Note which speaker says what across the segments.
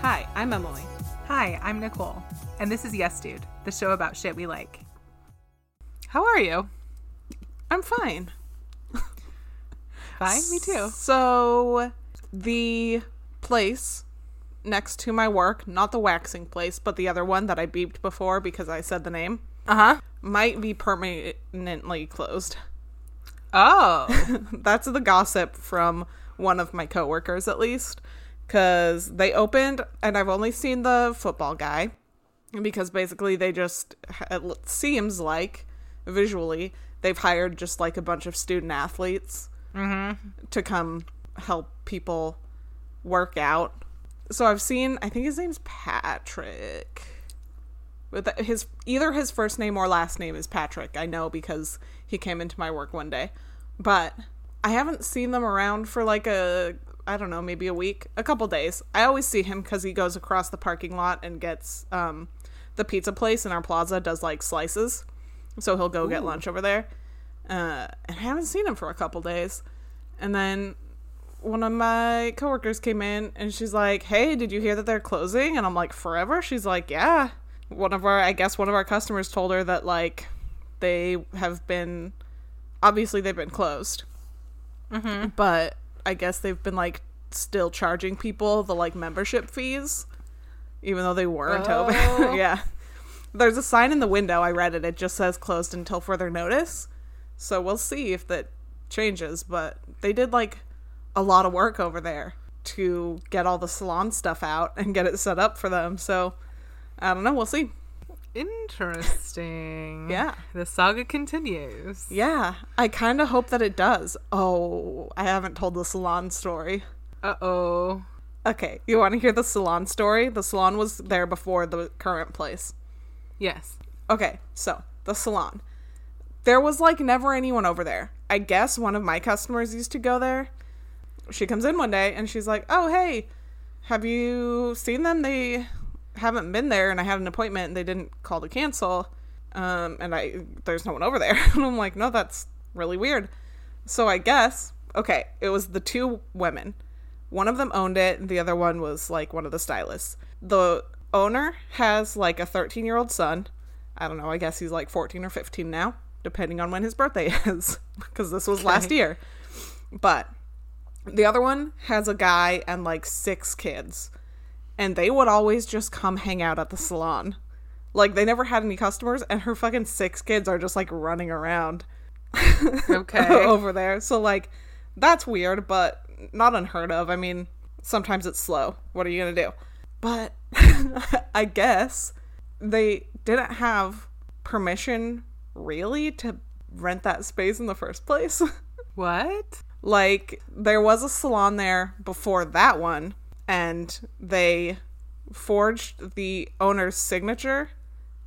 Speaker 1: Hi, I'm Emily.
Speaker 2: Hi, I'm Nicole, and this is Yes Dude, the show about shit we like. How are you?
Speaker 1: I'm fine.
Speaker 2: Fine, me too.
Speaker 1: So, the place next to my work, not the waxing place, but the other one that I beeped before because I said the name,
Speaker 2: Uh huh.
Speaker 1: might be permanently closed.
Speaker 2: Oh,
Speaker 1: That's the gossip from one of my coworkers, at least, because they opened, and I've only seen the football guy, because basically they just it seems like visually they've hired just like a bunch of student athletes to come help people work out. So I've seen, I think his name's Patrick. With the- his either his first name or last name is Patrick. I know because he came into my work one day, but I haven't seen them around for like a I don't know maybe a week, a couple days. I always see him because he goes across the parking lot and gets um, the pizza place in our plaza does like slices, so he'll go get lunch over there. Uh, and I haven't seen him for a couple days, and then one of my coworkers came in and she's like, "Hey, did you hear that they're closing?" And I'm like, "Forever?" She's like, "Yeah." One of our, I guess, one of our customers told her that like they have been, obviously they've been closed, but I guess they've been like still charging people the like membership fees, even though they weren't
Speaker 2: Oh.
Speaker 1: open. yeah, there's a sign in the window. I read it. It just says closed until further notice. So we'll see if that changes, but they did like a lot of work over there to get all the salon stuff out and get it set up for them. So I don't know, we'll see.
Speaker 2: interesting.
Speaker 1: Yeah.
Speaker 2: The saga continues.
Speaker 1: Yeah, I kind of hope that it does. Oh, I haven't told the salon story.
Speaker 2: Uh oh.
Speaker 1: Okay, you want to hear the salon story? The salon was there before the current place.
Speaker 2: Yes.
Speaker 1: Okay, so the salon. There was like never anyone over there. I guess one of my customers used to go there. She comes in one day and she's like, "Oh, hey, have you seen them? They haven't been there, and I had an appointment, and they didn't call to cancel. Um, and I there's no one over there." and I'm like, "No, that's really weird." So I guess okay, it was the two women. One of them owned it, and the other one was like one of the stylists. The owner has like a 13 year old son. I don't know, I guess he's like 14 or 15 now, depending on when his birthday is, because this was last year. But the other one has a guy and like six kids. And they would always just come hang out at the salon. Like they never had any customers, and her fucking six kids are just like running around
Speaker 2: Okay.
Speaker 1: over there. So like that's weird, but not unheard of. I mean, sometimes it's slow. What are you going to do? But I guess they didn't have permission really to rent that space in the first place.
Speaker 2: what?
Speaker 1: like there was a salon there before that one and they forged the owner's signature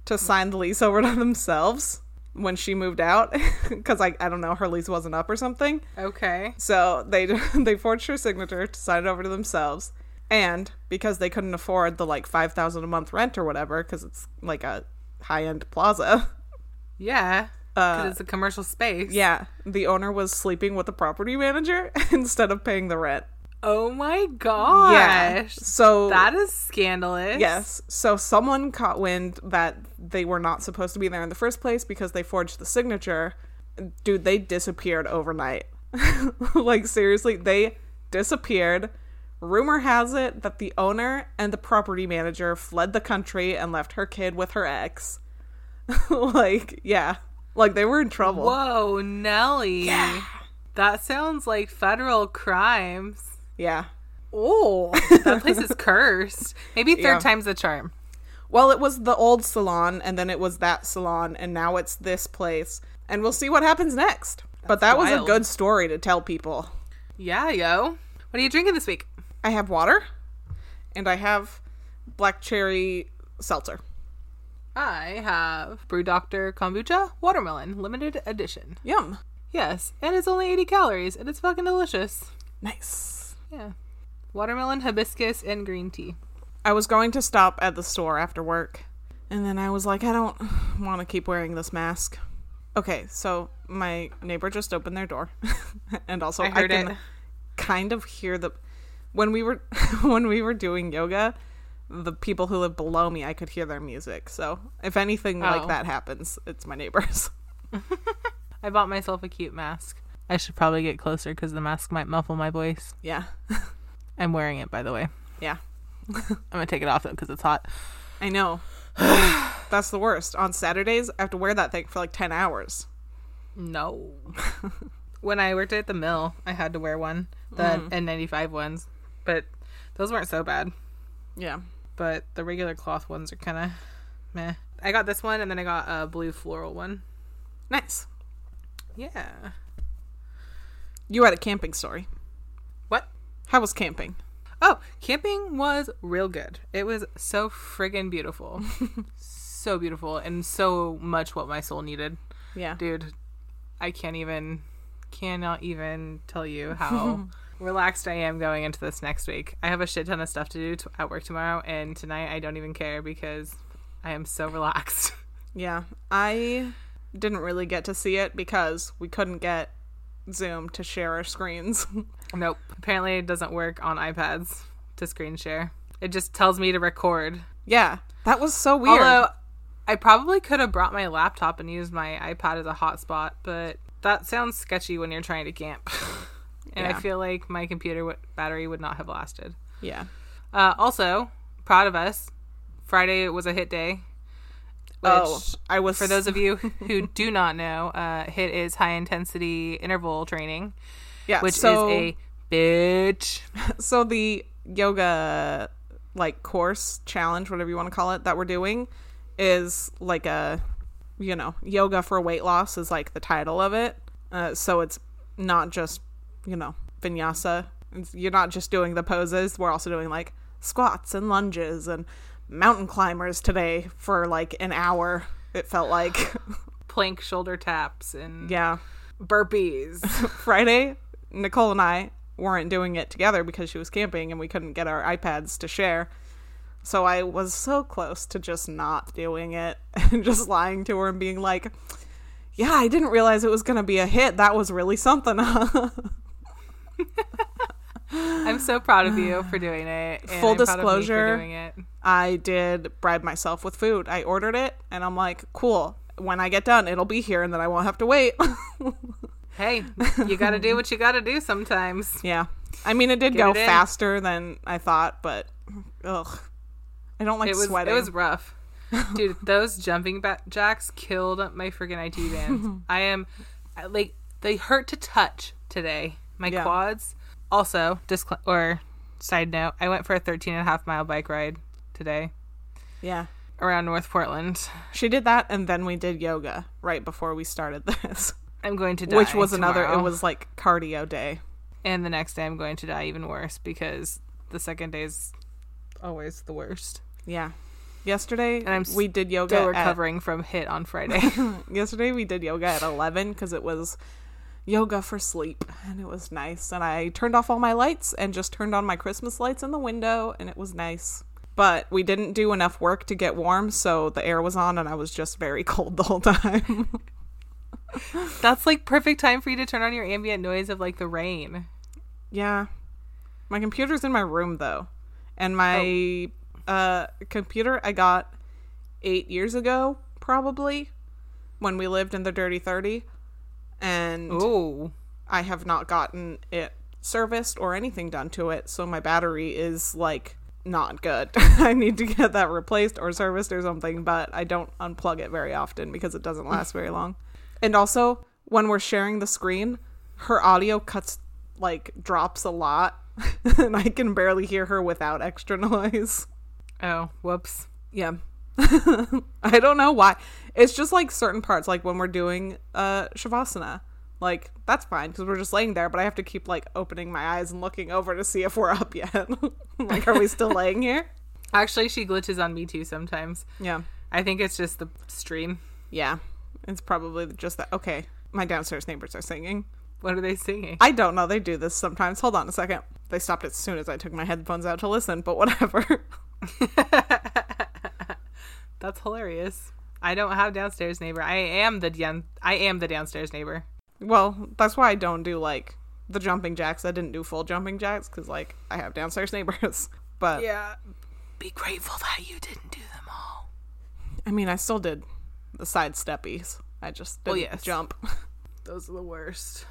Speaker 1: to sign the lease over to themselves when she moved out because I, I don't know her lease wasn't up or something
Speaker 2: Okay.
Speaker 1: so they they forged her signature to sign it over to themselves, and because they couldn't afford the like five thousand a month rent or whatever, because it's like a high end plaza.
Speaker 2: Yeah. Because it's a commercial space.
Speaker 1: Yeah, the owner was sleeping with the property manager instead of paying the rent.
Speaker 2: Oh my gosh.
Speaker 1: Yeah, so
Speaker 2: That is scandalous.
Speaker 1: Yes. So someone caught wind that they were not supposed to be there in the first place because they forged the signature. Dude, they disappeared overnight. like, seriously, they disappeared. Rumor has it that the owner and the property manager fled the country and left her kid with her ex. like, yeah. Like, they were in trouble.
Speaker 2: Whoa, Nelly. That sounds like federal crimes.
Speaker 1: Yeah.
Speaker 2: Oh, that place is cursed. Maybe third
Speaker 1: Yeah.
Speaker 2: time's the charm.
Speaker 1: Well, it was the old salon, and then it was that salon, and now it's this place. And we'll see what happens next. but that was a
Speaker 2: wild.
Speaker 1: good story to tell people.
Speaker 2: Yeah, yo. What are you drinking this week?
Speaker 1: I have water, and I have black cherry seltzer.
Speaker 2: I have Brew Doctor Kombucha Watermelon Limited Edition.
Speaker 1: Yum.
Speaker 2: Yes, and it's only 80 calories, and it's fucking delicious.
Speaker 1: Nice.
Speaker 2: Yeah. Watermelon, hibiscus, and green tea.
Speaker 1: I was going to stop at the store after work, and then I was like, I don't want to keep wearing this mask. Okay, so my neighbor just opened their door, and also
Speaker 2: I heard
Speaker 1: can
Speaker 2: it.
Speaker 1: kind of hear the when we were when we were doing yoga. the people who live below me, I could hear their music. So if anything
Speaker 2: Oh.
Speaker 1: like that happens, it's my neighbors.
Speaker 2: I bought myself a cute mask. I should probably get closer because the mask might muffle my voice.
Speaker 1: yeah.
Speaker 2: I'm wearing it, by the way.
Speaker 1: Yeah.
Speaker 2: I'm gonna take it off though because it's hot.
Speaker 1: I know. That's the worst. On Saturdays, I have to wear that thing for like 10 hours.
Speaker 2: No. when I worked at the mill, I had to wear one, the N95 ones, but those weren't so bad.
Speaker 1: Yeah.
Speaker 2: But the regular cloth ones are kind of meh. I got this one and then I got a blue floral one.
Speaker 1: Nice.
Speaker 2: Yeah.
Speaker 1: You had a camping story.
Speaker 2: What?
Speaker 1: How was camping?
Speaker 2: Oh, camping was real good. It was so friggin' beautiful. so beautiful and so much what my soul needed.
Speaker 1: Yeah.
Speaker 2: Dude, I can't even cannot even tell you how relaxed I am going into this next week. I have a shit ton of stuff to do t- at work tomorrow and tonight I don't even care because I am so relaxed.
Speaker 1: Yeah. I didn't really get to see it because we couldn't get Zoom to share our screens.
Speaker 2: nope. Apparently it doesn't work on iPads to screen share. It just tells me to record.
Speaker 1: yeah. That was so weird.
Speaker 2: Although I probably could have brought my laptop and used my iPad as a hotspot, but that sounds sketchy when you're trying to camp. and
Speaker 1: Yeah.
Speaker 2: I feel like my computer w- battery would not have lasted.
Speaker 1: yeah.
Speaker 2: Uh, also, proud of us. Friday was a hit day. Which,
Speaker 1: Oh, I was
Speaker 2: for those of you who do not know, uh, hit is high intensity interval training,
Speaker 1: yeah,
Speaker 2: which
Speaker 1: so,
Speaker 2: is a bitch.
Speaker 1: so the yoga like course challenge whatever you want to call it that we're doing is like a you know yoga for weight loss is like the title of it uh, so it's not just you know vinyasa it's, you're not just doing the poses we're also doing like squats and lunges and mountain climbers today for like an hour it felt like
Speaker 2: Plank shoulder taps and
Speaker 1: yeah
Speaker 2: burpees.
Speaker 1: Friday, Nicole and I weren't doing it together because she was camping and we couldn't get our iPads to share. So I was so close to just not doing it and just lying to her and being like, yeah, I didn't realize it was going to be a hit. That was really something. huh?"
Speaker 2: I'm so proud of you for doing it. and
Speaker 1: Full
Speaker 2: I'm proud of me for
Speaker 1: disclosure,
Speaker 2: doing it.
Speaker 1: I did bribe myself with food. I ordered it and I'm like, cool. When I get done, it'll be here and then I won't have to wait.
Speaker 2: Hey, you got to do what you got to do sometimes.
Speaker 1: yeah. I mean, it did
Speaker 2: Get
Speaker 1: go
Speaker 2: it in.
Speaker 1: faster than I thought, but ugh. I don't like
Speaker 2: It was
Speaker 1: sweating.
Speaker 2: it was rough. Dude, those jumping ba- jacks killed my freaking IT bands. I am I- like they hurt to touch today. My
Speaker 1: Yeah.
Speaker 2: quads. Also, discl- or side note, I went for a 13 and a half mile bike ride today
Speaker 1: yeah.
Speaker 2: around North Portland.
Speaker 1: She did that, and then we did yoga right before we started this,
Speaker 2: I'm going to die.
Speaker 1: which was another. It
Speaker 2: tomorrow.
Speaker 1: was like cardio day.
Speaker 2: and the next day I'm going to die even worse because the second day is always the worst. uh,
Speaker 1: Yeah. Yesterday
Speaker 2: I'm
Speaker 1: we did yoga.
Speaker 2: Still
Speaker 1: at-
Speaker 2: recovering from hit on Friday.
Speaker 1: yesterday we did yoga at eleven because it was yoga for sleep, and it was nice. And I turned off all my lights and just turned on my Christmas lights in the window, and it was nice. But we didn't do enough work to get warm, so the air was on, and I was just very cold the whole time.
Speaker 2: That's like perfect time for you to turn on your ambient noise of like the rain.
Speaker 1: Yeah. My computer's in my room though. And my uh computer I got 8 years ago probably when we lived in the dirty 30 and
Speaker 2: Oh,
Speaker 1: I have not gotten it serviced or anything done to it, so my battery is like not good. I need to get that replaced or serviced or something, but I don't unplug it very often because it doesn't last very long. And also, when we're sharing the screen, her audio cuts like drops a lot, and I can barely hear her without extra noise.
Speaker 2: oh, whoops.
Speaker 1: Yeah. I don't know why. It's just like certain parts, like when we're doing uh shavasana. Like that's fine because we're just laying there, but I have to keep like opening my eyes and looking over to see if we're up yet. like, are we still laying here?
Speaker 2: Actually, she glitches on me too sometimes.
Speaker 1: Yeah,
Speaker 2: I think it's just the stream.
Speaker 1: yeah. It's probably just that. Okay, my downstairs neighbors are singing.
Speaker 2: What are they singing?
Speaker 1: I don't know. They do this sometimes. Hold on a second. They stopped as soon as I took my headphones out to listen, but whatever.
Speaker 2: That's hilarious. I don't have downstairs neighbor. I am the down- I am the downstairs neighbor.
Speaker 1: Well, that's why I don't do like the jumping jacks. I didn't do full jumping jacks because like I have downstairs neighbors. But
Speaker 2: Yeah. Be grateful that you didn't do them all.
Speaker 1: I mean, I still did the side steppies. I just didn't
Speaker 2: Well, yes.
Speaker 1: jump.
Speaker 2: Those are the worst.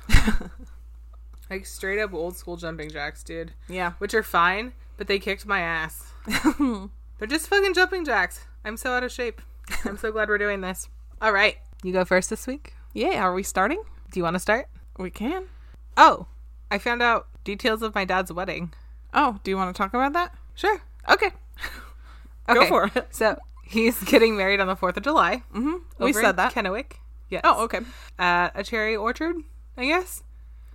Speaker 2: like straight up old school jumping jacks, dude.
Speaker 1: Yeah.
Speaker 2: Which are fine, but they kicked my ass. They're just fucking jumping jacks. I'm so out of shape. I'm so glad we're doing this. All right. You go first this week.
Speaker 1: Yeah, are we starting?
Speaker 2: Do you want to start?
Speaker 1: We can.
Speaker 2: Oh, I found out details of my dad's wedding.
Speaker 1: Oh, do you want to talk about that?
Speaker 2: Sure. Okay.
Speaker 1: Go for it.
Speaker 2: So he's getting married on the 4th of July. Mm-hmm.
Speaker 1: We said that.
Speaker 2: Kennewick. Yes.
Speaker 1: Oh, okay.
Speaker 2: At a cherry orchard, I guess.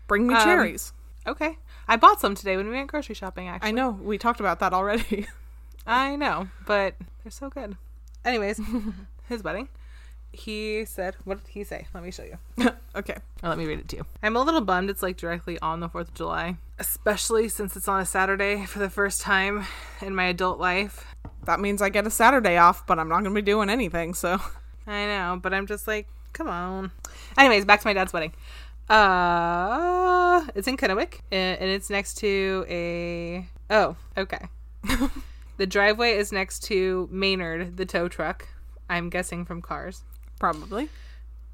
Speaker 1: Bring me
Speaker 2: Um,
Speaker 1: cherries.
Speaker 2: Okay. I bought some today when we went grocery shopping,
Speaker 1: I
Speaker 2: actually.
Speaker 1: know we talked about that already.
Speaker 2: I, know, but they're so good. Anyways, his wedding. He said, what did he say? Let me show you.
Speaker 1: okay.
Speaker 2: Or let me read it to you. I'm a little bummed it's like directly on the 4th of July, especially since it's on a Saturday for the first time in my adult life.
Speaker 1: That means I get a Saturday off, but I'm not going to be doing anything, so
Speaker 2: I know, but I'm just like, come on. Anyways, back to my dad's wedding. Uh, it's in Kennewick, a- and it's next to a. Oh, okay. the driveway is next to Maynard, the tow truck. I'm guessing from Cars.
Speaker 1: probably.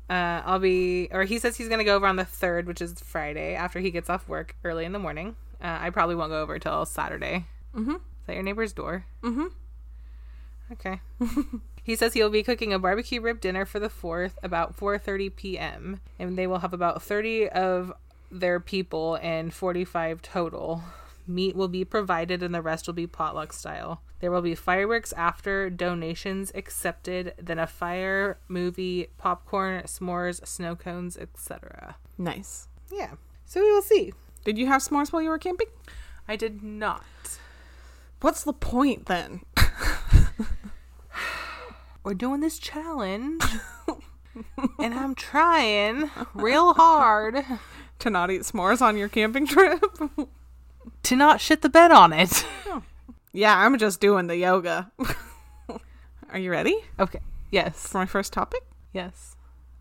Speaker 2: Uh, I'll be, or he says he's gonna go over on the third, which is Friday, after he gets off work early in the morning. Uh, I probably won't go over till Saturday.
Speaker 1: Mhm.
Speaker 2: Is that your neighbor's door?
Speaker 1: Mhm.
Speaker 2: Okay. he says he'll be cooking a barbecue rib dinner for the fourth about 4:30 p.m. and they will have about 30 of their people and 45 total. Meat will be provided and the rest will be potluck style. There will be fireworks after, donations accepted, then a fire, movie, popcorn, s'mores, snow cones, etc.
Speaker 1: Nice.
Speaker 2: Yeah. So we will see.
Speaker 1: Did you have s'mores while you were camping?
Speaker 2: I did not.
Speaker 1: What's the point then?
Speaker 2: We're doing this challenge. and I'm trying real hard
Speaker 1: to not eat s'mores on your camping trip?
Speaker 2: to not shit the bed on it.
Speaker 1: yeah, I'm just doing the yoga. Are you ready
Speaker 2: Okay. Yes.
Speaker 1: for my first topic?
Speaker 2: Yes.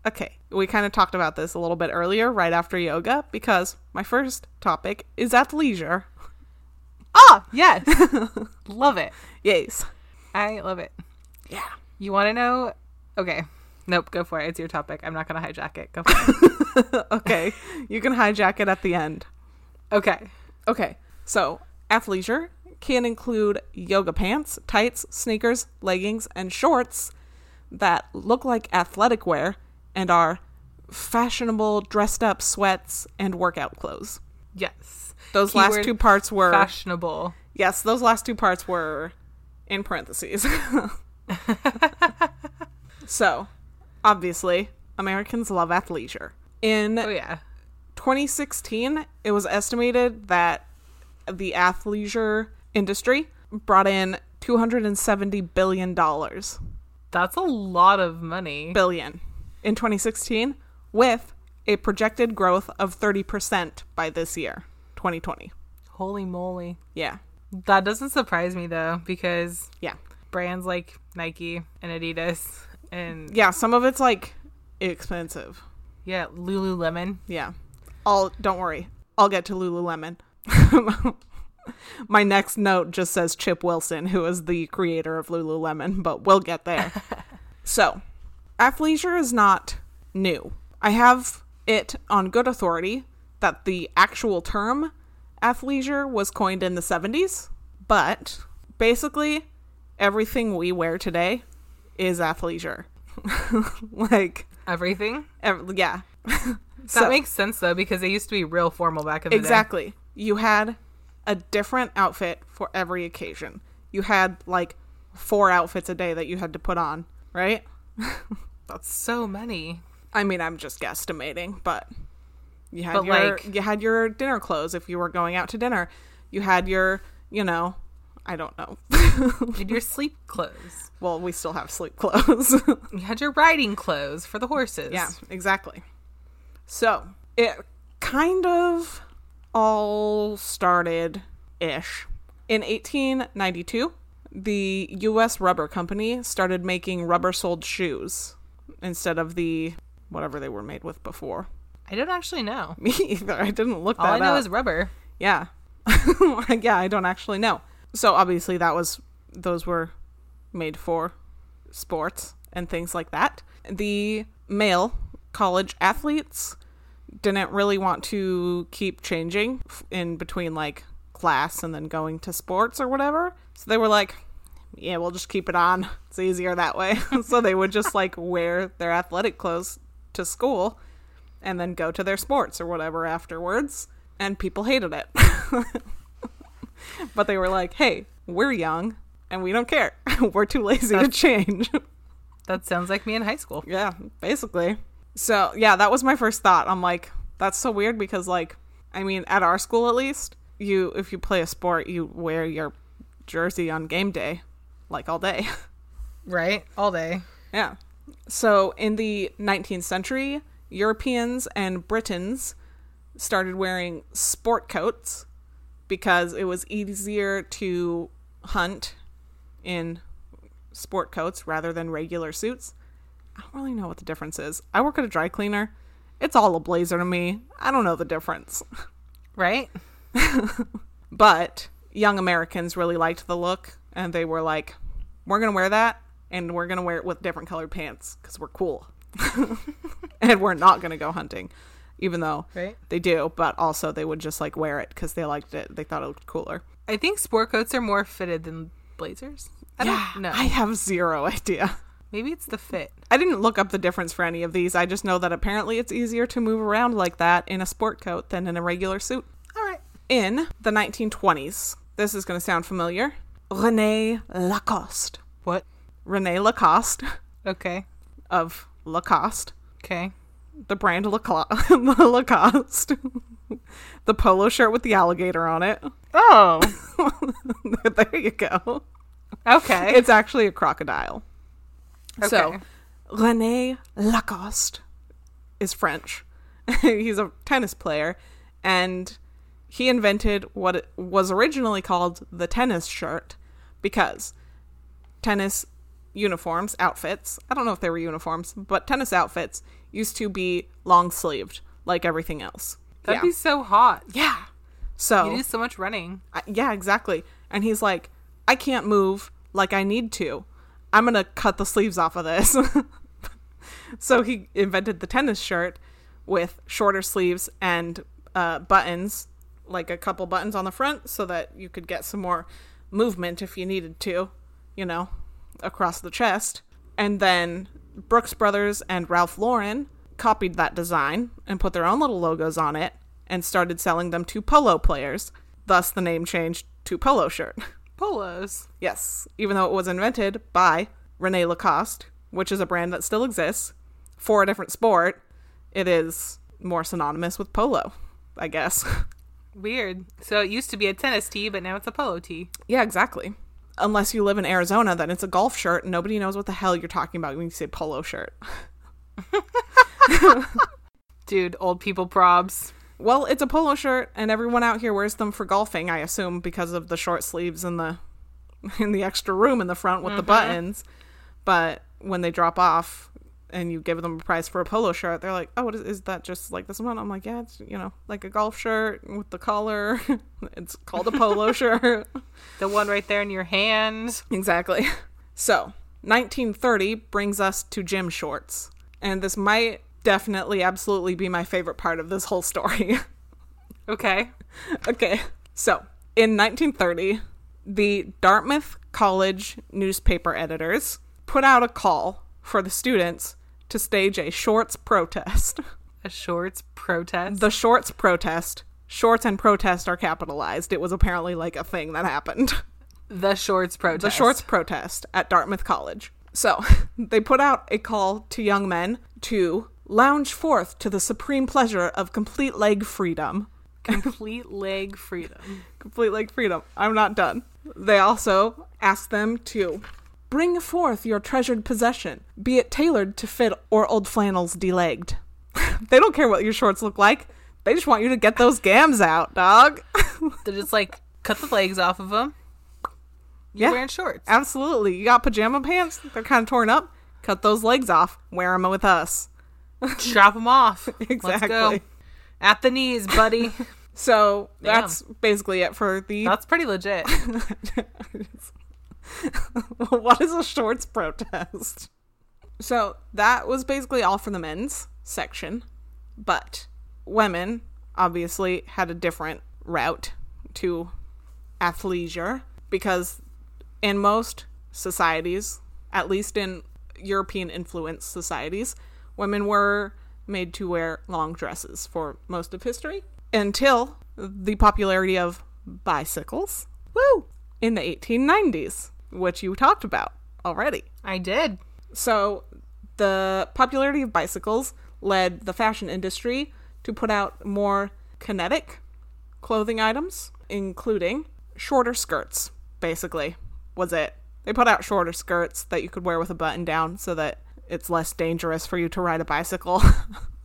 Speaker 1: Okay, we kind of talked about this a little bit earlier, right after yoga, because my first topic is athleisure.
Speaker 2: Ah, yes. love it.
Speaker 1: Yes.
Speaker 2: I love it.
Speaker 1: Yeah.
Speaker 2: You want to know? Okay. Nope, go for it. It's your topic. I'm not going to hijack it. Go for it.
Speaker 1: Okay, you can hijack it at the end.
Speaker 2: okay.
Speaker 1: Okay, so athleisure can include yoga pants, tights, sneakers, leggings, and shorts that look like athletic wear and are fashionable, dressed up sweats and workout clothes.
Speaker 2: Yes.
Speaker 1: Those last
Speaker 2: Keyword
Speaker 1: two parts were
Speaker 2: Fashionable.
Speaker 1: yes, those last two parts were in parentheses. so, obviously, Americans love athleisure. In
Speaker 2: Oh, yeah.
Speaker 1: 2016, it was estimated that the athleisure industry brought in 270 billion dollars.
Speaker 2: That's a lot of money.
Speaker 1: Billion in 2016 with a projected growth of 30% by this year, 2020.
Speaker 2: Holy moly.
Speaker 1: Yeah.
Speaker 2: That doesn't surprise me, though, because
Speaker 1: Yeah.
Speaker 2: brands like Nike and Adidas and,
Speaker 1: Yeah, some of it's like expensive.
Speaker 2: yeah, Lululemon.
Speaker 1: Yeah. I'll don't worry. I'll get to Lululemon. My next note just says Chip Wilson, who is the creator of Lululemon, but we'll get there. so, athleisure is not new. I have it on good authority that the actual term athleisure was coined in the 70s, but basically everything we wear today is athleisure. like,
Speaker 2: Everything.
Speaker 1: ev- yeah.
Speaker 2: That makes sense, though, because they used to be real formal back in the
Speaker 1: Exactly. You had a different outfit for every occasion. You had like four outfits a day that you had to put on, right?
Speaker 2: day. That's so many.
Speaker 1: I mean, I'm just guesstimating, but you had
Speaker 2: But,
Speaker 1: your
Speaker 2: like-
Speaker 1: you had your dinner clothes if you were going out to dinner. You had your, you know, I don't know.
Speaker 2: And your sleep clothes.
Speaker 1: well, we still have sleep clothes.
Speaker 2: You had your riding clothes for the horses.
Speaker 1: Yeah, exactly. So it kind of all started ish. In 1892, the U.S. rubber company started making rubber soled shoes instead of the whatever they were made with before.
Speaker 2: I don't actually know.
Speaker 1: Me either. I didn't look
Speaker 2: All
Speaker 1: that
Speaker 2: I know
Speaker 1: up.
Speaker 2: is rubber.
Speaker 1: yeah. yeah, I don't actually know. So obviously that was those were made for sports and things like that. The male college athletes didn't really want to keep changing f- in between like class and then going to sports or whatever. So they were like, yeah, we'll just keep it on. It's easier that way. so they would just like wear their athletic clothes to school and then go to their sports or whatever afterwards. And people hated it. but they were like, hey, we're young and we don't care. we're too lazy to change.
Speaker 2: That sounds like me in high school.
Speaker 1: Yeah, basically. So, yeah, that was my first thought. I'm like, that's so weird because, like, I mean, at our school at least, you, if you play a sport, you wear your jersey on game day, like all day.
Speaker 2: Right? All day.
Speaker 1: yeah. So, in the 19th century, Europeans and Britons started wearing sport coats because it was easier to hunt in sport coats rather than regular suits. I don't really know what the difference is. I work at a dry cleaner. It's all a blazer to me. I don't know the difference.
Speaker 2: Right?
Speaker 1: But young Americans really liked the look and they were like, we're going to wear that and we're going to wear it with different colored pants because we're cool. and we're not going to go hunting, even though
Speaker 2: Right.
Speaker 1: they do. But also, they would just like wear it because they liked it. They thought it looked cooler.
Speaker 2: I think sport coats are more fitted than blazers. I don't know.
Speaker 1: I have zero idea.
Speaker 2: Maybe it's the fit.
Speaker 1: I didn't look up the difference for any of these. I just know that apparently it's easier to move around like that in a sport coat than in a regular suit.
Speaker 2: All right.
Speaker 1: In the 1920s, this is going to sound familiar Rene Lacoste.
Speaker 2: What?
Speaker 1: Rene Lacoste
Speaker 2: Okay.
Speaker 1: of Lacoste,
Speaker 2: Okay.
Speaker 1: the brand Lacla- Lacoste, the polo shirt with the alligator on it.
Speaker 2: Oh.
Speaker 1: there you go.
Speaker 2: Okay.
Speaker 1: It's actually a crocodile. So, Rene Lacoste is French. He's a tennis player, and he invented what was originally called the tennis shirt because tennis uniforms, outfits, I don't know if they were uniforms, but tennis outfits used to be long sleeved like everything else.
Speaker 2: That'd
Speaker 1: yeah.
Speaker 2: be so hot.
Speaker 1: yeah. So
Speaker 2: You do so much running.
Speaker 1: I- yeah, exactly. And he's like, I can't move like I need to. I'm going to cut the sleeves off of this. so he invented the tennis shirt with shorter sleeves and uh, buttons, like a couple buttons on the front, so that you could get some more movement if you needed to, you know, across the chest. And then Brooks Brothers and Ralph Lauren copied that design and put their own little logos on it and started selling them to polo players. Thus, the name changed to Polo Shirt.
Speaker 2: Polos.
Speaker 1: Yes, even though it was invented by Rene Lacoste, which is a brand that still exists for a different sport, it is more synonymous with polo, I guess.
Speaker 2: Weird. So it used to be a tennis tee, but now it's a polo tee.
Speaker 1: yeah, exactly. Unless you live in Arizona, then it's a golf shirt, and nobody knows what the hell you're talking about when you say polo shirt.
Speaker 2: Dude, old people probs.
Speaker 1: Well, it's a polo shirt, and everyone out here wears them for golfing, I assume, because of the short sleeves and the in the extra room in the front with the buttons. But when they drop off and you give them a price for a polo shirt, they're like, "Oh, what is, is that? Just like this one?" I'm like, "Yeah, it's you know, like a golf shirt with the collar. it's called a polo shirt."
Speaker 2: The one right there in your hand.
Speaker 1: Exactly. So, 1930 brings us to gym shorts. And this might definitely absolutely be my favorite part of this whole story.
Speaker 2: Okay.
Speaker 1: okay. So, in 1930, the Dartmouth College newspaper editors put out a call for the students to stage a shorts protest.
Speaker 2: A shorts protest.
Speaker 1: The shorts protest, shorts and protest are capitalized. It was apparently like a thing that happened.
Speaker 2: The shorts protest.
Speaker 1: The shorts protest at Dartmouth College. So, they put out a call to young men to lounge forth to the supreme pleasure of complete leg freedom.
Speaker 2: Complete leg freedom.
Speaker 1: complete like freedom. I'm not done. They also asked them to bring forth your treasured possession, be it tailored to fit or old flannels delegged. they don't care what your shorts look like. They just want you to get those gams out, dog.
Speaker 2: They're just like, cut the legs off of them. You're
Speaker 1: Yeah.
Speaker 2: wearing shorts.
Speaker 1: Absolutely. You got pajama pants? They're kind of torn up. Cut those legs off. Wear them with us.
Speaker 2: Drop them off. Let's go.
Speaker 1: Exactly.
Speaker 2: At the knees, buddy.
Speaker 1: So that's basically it for the
Speaker 2: That's pretty legit.
Speaker 1: what is a shorts protest? So that was basically all for the men's section, but women obviously had a different route to athleisure because in most societies, at least in European influenced societies, women were made to wear long dresses for most of history until the popularity of bicycles. Woo! In the 1890s, which you talked about already.
Speaker 2: I did.
Speaker 1: So, the popularity of bicycles led the fashion industry to put out more kinetic clothing items, including shorter skirts, basically, was it. They put out shorter skirts that you could wear with a button down so that it's less dangerous for you to ride a bicycle.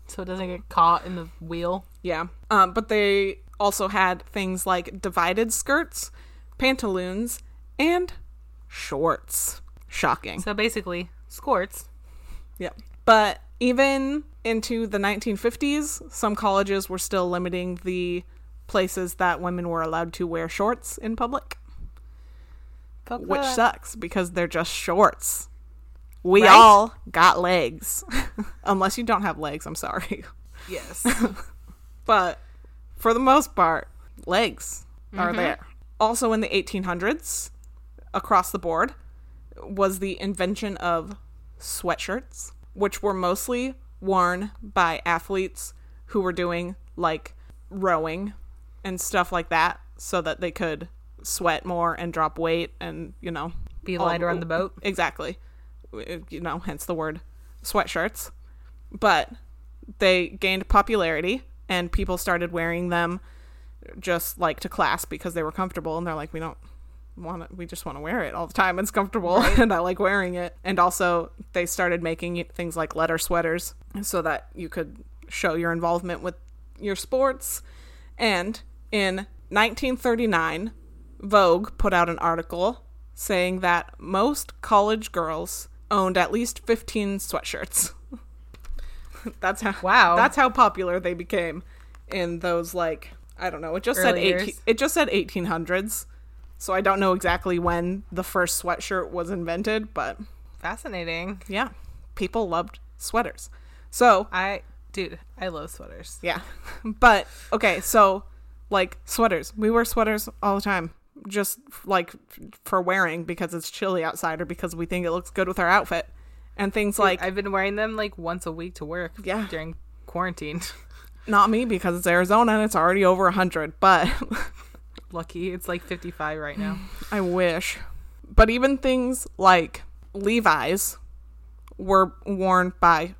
Speaker 2: So it doesn't get caught in the wheel.
Speaker 1: Yeah. Um, but they also had things like divided skirts, pantaloons, and shorts. Shocking.
Speaker 2: So basically, squirts.
Speaker 1: Yep. But even into the 1950s, some colleges were still limiting the places that women were allowed to wear shorts in public,
Speaker 2: Fuck
Speaker 1: which
Speaker 2: that.
Speaker 1: sucks because they're just shorts. We
Speaker 2: Right?
Speaker 1: all got legs. Unless you don't have legs, I'm sorry.
Speaker 2: Yes.
Speaker 1: but for the most part, legs are
Speaker 2: Mm-hmm.
Speaker 1: there. Also in the 1800s, across the board, was the invention of sweatshirts, which were mostly worn by athletes who were doing like rowing and stuff like that so that they could sweat more and drop weight and, you know,
Speaker 2: Be
Speaker 1: all-
Speaker 2: lighter on the boat.
Speaker 1: Exactly. You know, hence the word sweatshirts. But they gained popularity and people started wearing them just like to class because they were comfortable and they're like, we don't want to, we just want to wear it all the time. It's comfortable and I like wearing it. And also, they started making it- things like letter sweaters so that you could show your involvement with your sports. And in 1939, Vogue put out an article saying that most college girls owned at least 15 sweatshirts. that's how
Speaker 2: Wow.
Speaker 1: That's how popular they became in those like I don't know. It just said
Speaker 2: Early
Speaker 1: 18,
Speaker 2: years.
Speaker 1: it just said 1800s. So I don't know exactly when the first sweatshirt was invented, but
Speaker 2: Fascinating.
Speaker 1: yeah, people loved sweaters. So,
Speaker 2: I, dude, I love sweaters.
Speaker 1: yeah. But okay, so like sweaters. We wear sweaters all the time just like f- for wearing because it's chilly outside or because we think it looks good with our outfit. And things like
Speaker 2: Like I've been wearing them like once a week to work.
Speaker 1: Yeah.
Speaker 2: During quarantine.
Speaker 1: not me because it's Arizona and it's already over 100, but
Speaker 2: Lucky it's like 55 right now.
Speaker 1: I wish. But even things like Levi's were worn by,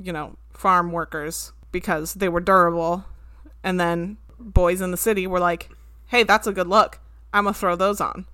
Speaker 1: you know, farm workers because they were durable. And then boys in the city were like, hey, that's a good look. I'm going to throw those on.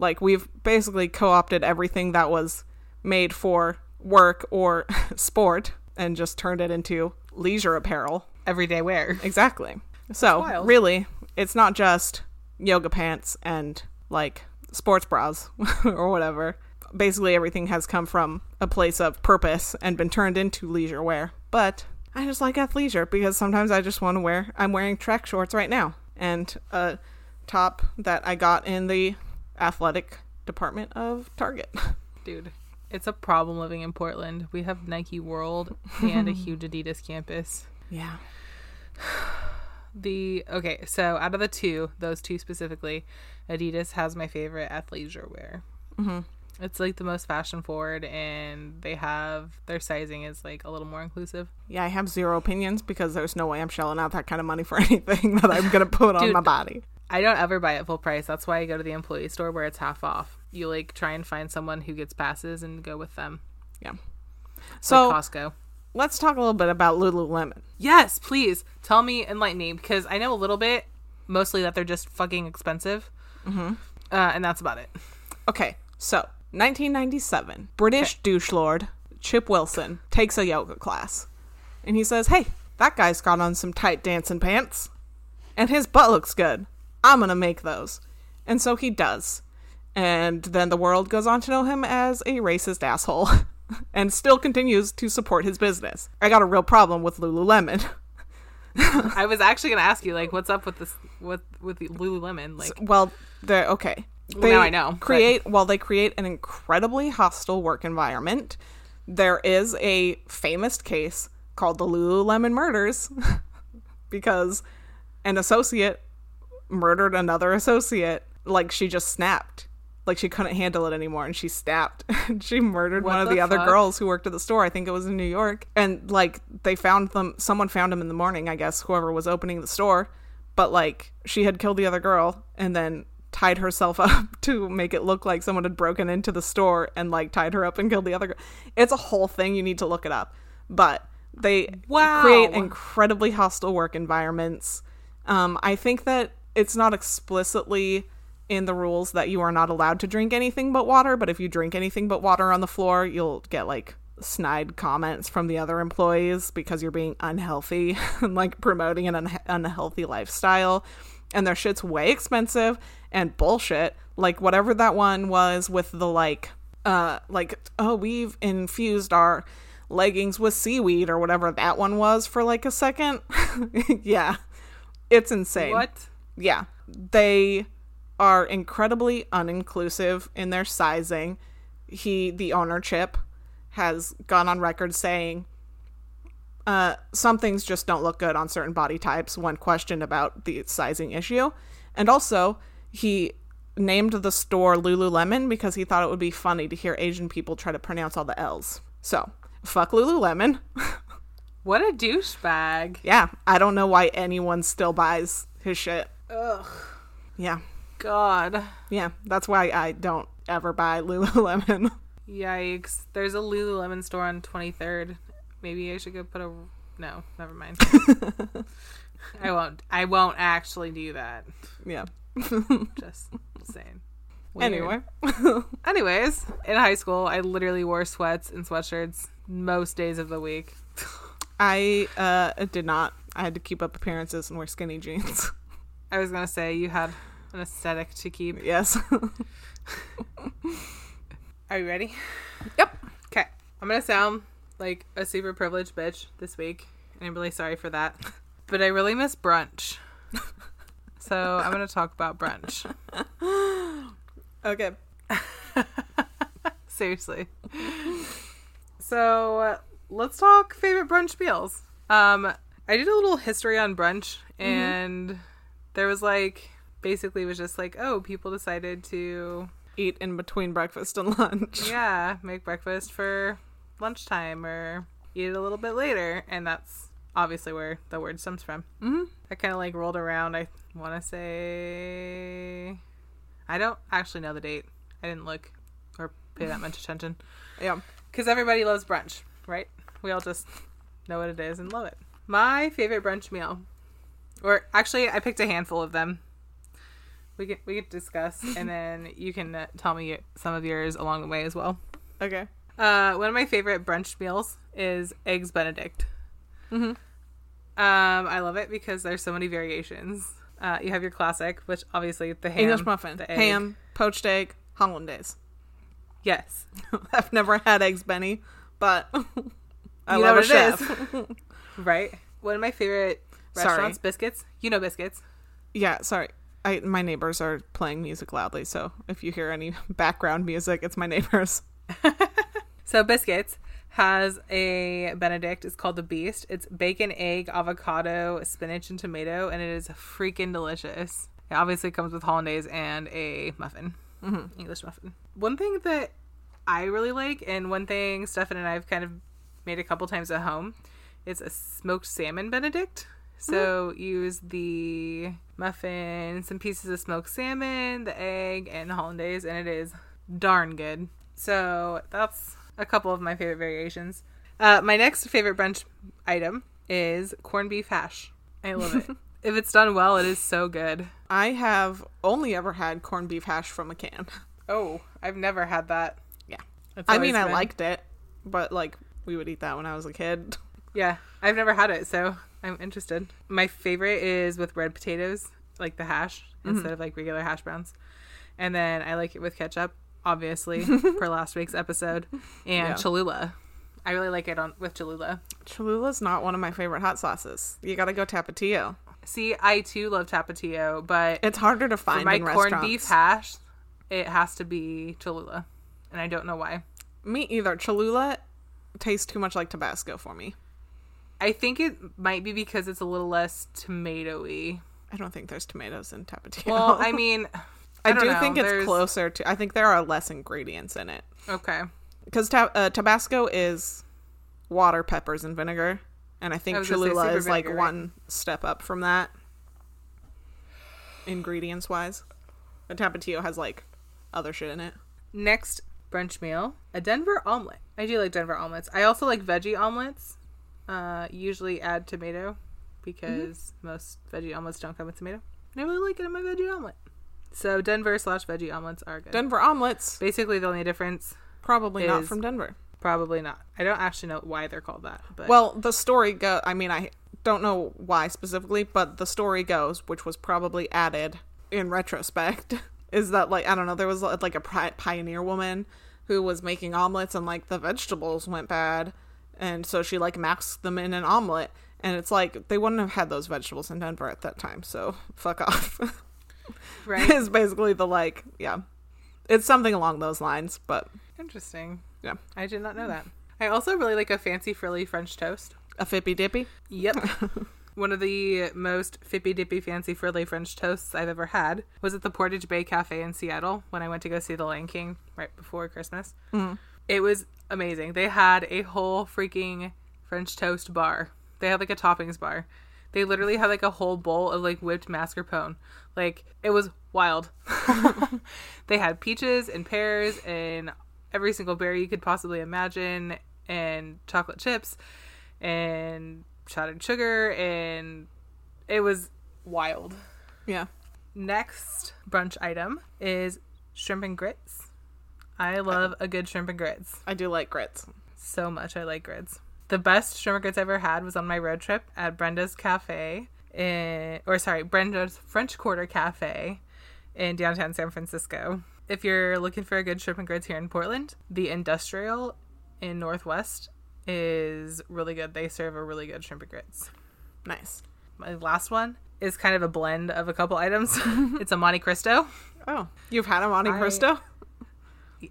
Speaker 1: Like, we've basically co opted everything that was made for work or sport and just turned it into leisure apparel.
Speaker 2: Everyday wear.
Speaker 1: Exactly. So
Speaker 2: wild.
Speaker 1: really, it's not just yoga pants and like sports bras or whatever. Basically, everything has come from a place of purpose and been turned into leisure wear. But I just like athleisure because sometimes I just want to wear. I'm wearing track shorts right now and a top that I got in the athletic department of Target.
Speaker 2: Dude, it's a problem living in Portland. We have Nike World and a huge Adidas campus.
Speaker 1: Yeah.
Speaker 2: The okay, so out of the two, those two specifically, Adidas has my favorite athleisure wear. Mm-hmm. It's like the most fashion forward, and they have their sizing is like a little more inclusive.
Speaker 1: Yeah, I have zero opinions because there's no way I'm shelling out that kind of money for anything that I'm going to put on
Speaker 2: Dude,
Speaker 1: my body.
Speaker 2: I don't ever buy at full price. That's why I go to the employee store where it's half off. You like try and find someone who gets passes and go with them.
Speaker 1: Yeah.
Speaker 2: So
Speaker 1: So
Speaker 2: like Costco.
Speaker 1: let's talk a little bit about Lululemon.
Speaker 2: Yes, please tell me enlighten me because I know a little bit, mostly that they're just fucking expensive, mm-hmm. uh, and that's about it.
Speaker 1: Okay, so 1997, British douche lord Chip Wilson takes a yoga class, and he says, "Hey, that guy's got on some tight dancing pants, and his butt looks good. I'm gonna make those," and so he does, and then the world goes on to know him as a racist asshole, and still continues to support his business. I got a real problem with Lululemon.
Speaker 2: I was actually gonna ask you like, what's up with this with with the Lululemon? Like,
Speaker 1: Well, they're okay.
Speaker 2: Well, now I know, but-
Speaker 1: Create while they create an incredibly hostile work environment. There is a famous case called the Lululemon murders because an associate murdered another associate. Like she just snapped. Like she couldn't handle it anymore and she snapped. And she murdered
Speaker 2: What
Speaker 1: one of
Speaker 2: the
Speaker 1: the other
Speaker 2: fuck?
Speaker 1: girls who worked at the store. I think it was in New York. And like they found them someone found him in the morning, I guess, whoever was opening the store. But like she had killed the other girl and then tied herself up to make it look like someone had broken into the store and like tied her up and killed the other girl. It's a whole thing. You need to look it up. But they
Speaker 2: Wow.
Speaker 1: create incredibly hostile work environments. Um, I think that it's not explicitly in the rules that you are not allowed to drink anything but water, but if you drink anything but water on the floor, you'll get like snide comments from the other employees because you're being unhealthy and like promoting an un- unhealthy lifestyle. And their shit's way expensive and bullshit. Like whatever that one was with the like uh like oh we've infused our leggings with seaweed or whatever that one was for like a second yeah it's insane
Speaker 2: What?
Speaker 1: yeah they are incredibly uninclusive in their sizing he the owner chip has gone on record saying uh, some things just don't look good on certain body types when questioned about the sizing issue. And also, he named the store Lululemon because he thought it would be funny to hear Asian people try to pronounce all the L's. So, fuck Lululemon.
Speaker 2: What a douchebag.
Speaker 1: yeah, I don't know why anyone still buys his shit.
Speaker 2: Ugh.
Speaker 1: Yeah,
Speaker 2: God.
Speaker 1: yeah, that's why I don't ever buy Lululemon.
Speaker 2: Yikes. There's a Lululemon store on 23rd. Maybe I should go put a. No, never mind. I won't. I won't actually do that.
Speaker 1: yeah.
Speaker 2: Just saying. Weird.
Speaker 1: Anyway,
Speaker 2: Anyways, in high school, I literally wore sweats and sweatshirts most days of the week.
Speaker 1: I uh, did not. I had to keep up appearances and wear skinny jeans.
Speaker 2: I was gonna say you had an aesthetic to keep.
Speaker 1: yes.
Speaker 2: Are you ready?
Speaker 1: Yep.
Speaker 2: Okay. I'm gonna sound like a super privileged bitch this week, and I'm really sorry for that. But I really miss brunch. so I'm gonna talk about brunch.
Speaker 1: Okay.
Speaker 2: Seriously. So uh, let's talk favorite brunch meals. Um, I did a little history on brunch, and there was like basically it was just like oh people decided to
Speaker 1: eat in between breakfast and lunch.
Speaker 2: yeah make breakfast for lunchtime or eat it a little bit later, and that's obviously where the word stems from. Mm-hmm. I kind of like rolled around. I want to say I don't actually know the date. I didn't look or pay that much attention.
Speaker 1: Yeah.
Speaker 2: Because everybody loves brunch, right? We all just know what it is and love it. My favorite brunch meal, or actually, I picked a handful of them. We can we can discuss, and then you can uh, tell me some of yours along the way as well.
Speaker 1: Okay.
Speaker 2: Uh, one of my favorite brunch meals is eggs Benedict.
Speaker 1: Mm-hmm.
Speaker 2: Um, I love it because there's so many variations. Uh, you have your classic, which obviously the ham,
Speaker 1: English muffin,
Speaker 2: the egg.
Speaker 1: ham, poached egg, hollandaise.
Speaker 2: Yes,
Speaker 1: I've never had eggs, Benny, but I
Speaker 2: You know
Speaker 1: love a
Speaker 2: what it
Speaker 1: chef.
Speaker 2: right. One of my favorite
Speaker 1: Sorry.
Speaker 2: restaurants, biscuits. You know biscuits.
Speaker 1: Yeah, sorry. I, my neighbors are playing music loudly, so if you hear any background music, it's my neighbors.
Speaker 2: So biscuits has a Benedict. It's called the Beast. It's bacon, egg, avocado, spinach, and tomato, and it is freaking delicious. It obviously comes with hollandaise and a muffin,
Speaker 1: Mm-hmm.
Speaker 2: English muffin. One thing that I really like, and one thing Stefan and I have kind of made a couple times at home, is a smoked salmon Benedict. So use the muffin, some pieces of smoked salmon, the egg, and the hollandaise, and it is darn good. So that's a couple of my favorite variations. Uh, my next favorite brunch item is corned beef hash. I love it. if it's done well, it is so good.
Speaker 1: I have only ever had corned beef hash from a can.
Speaker 2: Oh, I've never had that.
Speaker 1: Yeah.
Speaker 2: It's
Speaker 1: I mean,
Speaker 2: always
Speaker 1: I
Speaker 2: been-
Speaker 1: liked it, but like we would eat that when I was a kid.
Speaker 2: Yeah, I've never had it, so I'm interested. My favorite is with red potatoes, like the hash
Speaker 1: Mm-hmm.
Speaker 2: instead of like regular hash browns. And then I like it with ketchup, obviously, for last week's episode, and
Speaker 1: Yeah.
Speaker 2: Cholula. I really like it on with Cholula.
Speaker 1: Cholula's not one of my favorite hot sauces. You gotta go Tapatio.
Speaker 2: See, I too love Tapatio, but
Speaker 1: It's harder to find
Speaker 2: my
Speaker 1: in
Speaker 2: corned
Speaker 1: restaurants.
Speaker 2: beef hash it has to be Cholula, and I don't know why.
Speaker 1: Me either. Cholula tastes too much like Tabasco for me.
Speaker 2: I think it might be because it's a little less tomatoey.
Speaker 1: I don't think there's tomatoes in Tapatio.
Speaker 2: Well, I mean,
Speaker 1: I,
Speaker 2: don't
Speaker 1: do
Speaker 2: know.
Speaker 1: think it's
Speaker 2: There's-
Speaker 1: closer to. I think there are less ingredients in it
Speaker 2: Okay,
Speaker 1: because ta- uh, Tabasco is water, peppers, and vinegar, and I
Speaker 2: I
Speaker 1: think
Speaker 2: was gonna say
Speaker 1: Cholula
Speaker 2: super
Speaker 1: is like
Speaker 2: vinegar, right?
Speaker 1: one step up from that. Ingredients wise, but Tapatio has like other shit in it.
Speaker 2: next brunch meal: a Denver omelet. I do like Denver omelets. I also like veggie omelets. Uh, usually add tomato because most veggie omelets don't come with tomato. And I really like it in my veggie omelet. So Denver slash veggie omelets are good.
Speaker 1: Denver omelets,
Speaker 2: Basically, the only difference,
Speaker 1: probably not
Speaker 2: is-
Speaker 1: from Denver.
Speaker 2: probably not. I don't actually know why they're called that, but
Speaker 1: Well, the story go. I mean, I don't know why specifically, but the story goes, which was probably added in retrospect, is that like I don't know, there was uh, like a pri- pioneer woman who was making omelets, and like the vegetables went bad, and so she like maxed them in an omelet, and it's like they wouldn't have had those vegetables in Denver at that time, so fuck off.
Speaker 2: right?
Speaker 1: is basically the like, yeah, it's something along those lines, but
Speaker 2: Interesting.
Speaker 1: yeah,
Speaker 2: I did not know that. I also really like a fancy frilly French toast.
Speaker 1: a fippy dippy.
Speaker 2: Yep. One of the most fippy dippy fancy frilly French toasts I've ever had was at the Portage Bay Cafe in Seattle when I went to go see The Lion King right before Christmas. It was amazing. They had a whole freaking French toast bar. They had like a toppings bar. They literally had like a whole bowl of like whipped mascarpone. Like it was wild. they had peaches and pears and every single berry you could possibly imagine and chocolate chips and shotted sugar and it was wild.
Speaker 1: Yeah,
Speaker 2: Next brunch item is shrimp and grits. I love a good shrimp and grits
Speaker 1: I do like grits.
Speaker 2: so much. I like grits. The best shrimp and grits I ever had was on my road trip at Brenda's Cafe, in, or sorry, Brenda's French Quarter Cafe in downtown San Francisco. If you're looking for a good shrimp and grits here in Portland, the Industrial in Northwest is really good. They serve a really good shrimp and grits.
Speaker 1: Nice.
Speaker 2: My last one is kind of a blend of a couple items. it's a Monte Cristo.
Speaker 1: Oh, you've had a Monte
Speaker 2: I-
Speaker 1: Cristo?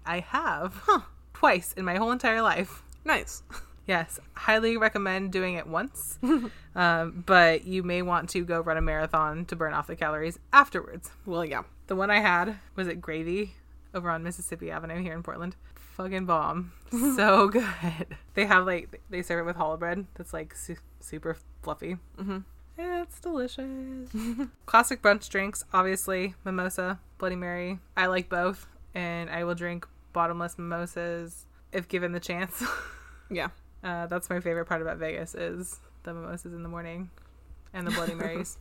Speaker 2: I have twice in my whole entire life.
Speaker 1: Nice.
Speaker 2: Yes, highly recommend doing it once, um, but you may want to go run a marathon to burn off the calories afterwards.
Speaker 1: Well, yeah.
Speaker 2: The one I had was at Gravy over on Mississippi Avenue here in Portland. Fucking bomb. so good. They have like, they serve it with challah bread that's like su- super fluffy. Mm-hmm. It's delicious. Classic brunch drinks, obviously mimosa, Bloody Mary. I like both, and I will drink bottomless mimosas if given the chance.
Speaker 1: Yeah.
Speaker 2: Uh, that's my favorite part about Vegas is the mimosas in the morning and the Bloody Marys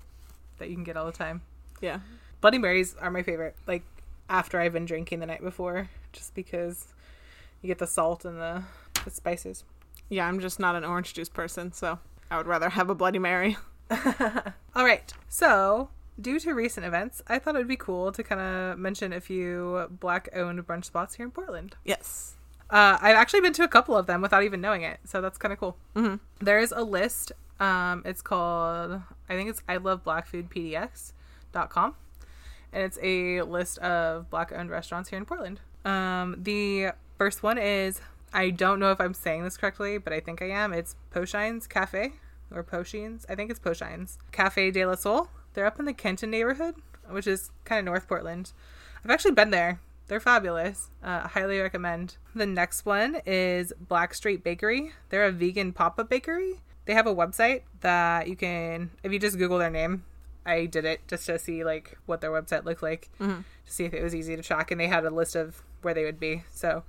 Speaker 2: that you can get all the time.
Speaker 1: Yeah.
Speaker 2: Bloody Marys are my favorite. Like after I've been drinking the night before, just because you get the salt and the, the spices.
Speaker 1: Yeah, I'm just not an orange juice person, so I would rather have a Bloody Mary.
Speaker 2: All right. So, due to recent events, I thought it would be cool to kind of mention a few black-owned brunch spots here in Portland.
Speaker 1: Yes.
Speaker 2: Uh, I've actually been to a couple of them without even knowing it, so that's kind of cool.
Speaker 1: Mhm.
Speaker 2: There is a list. Um, it's called I think it's I love blackfoodpdx.com, and it's a list of black-owned restaurants here in Portland. Um, the first one is I don't know if I'm saying this correctly, but I think I am. It's Poshines Cafe or Poshines. I think it's Poshines Cafe de la Sol. They're up in the Kenton neighborhood, which is kind of North Portland. I've actually been there. They're fabulous. Uh, highly recommend. The next one is Black Street Bakery. They're a vegan pop up bakery. They have a website that you can, if you just Google their name, I did it just to see like what their website looked like, to see if it was easy to track, and they had a list of where they would be. So,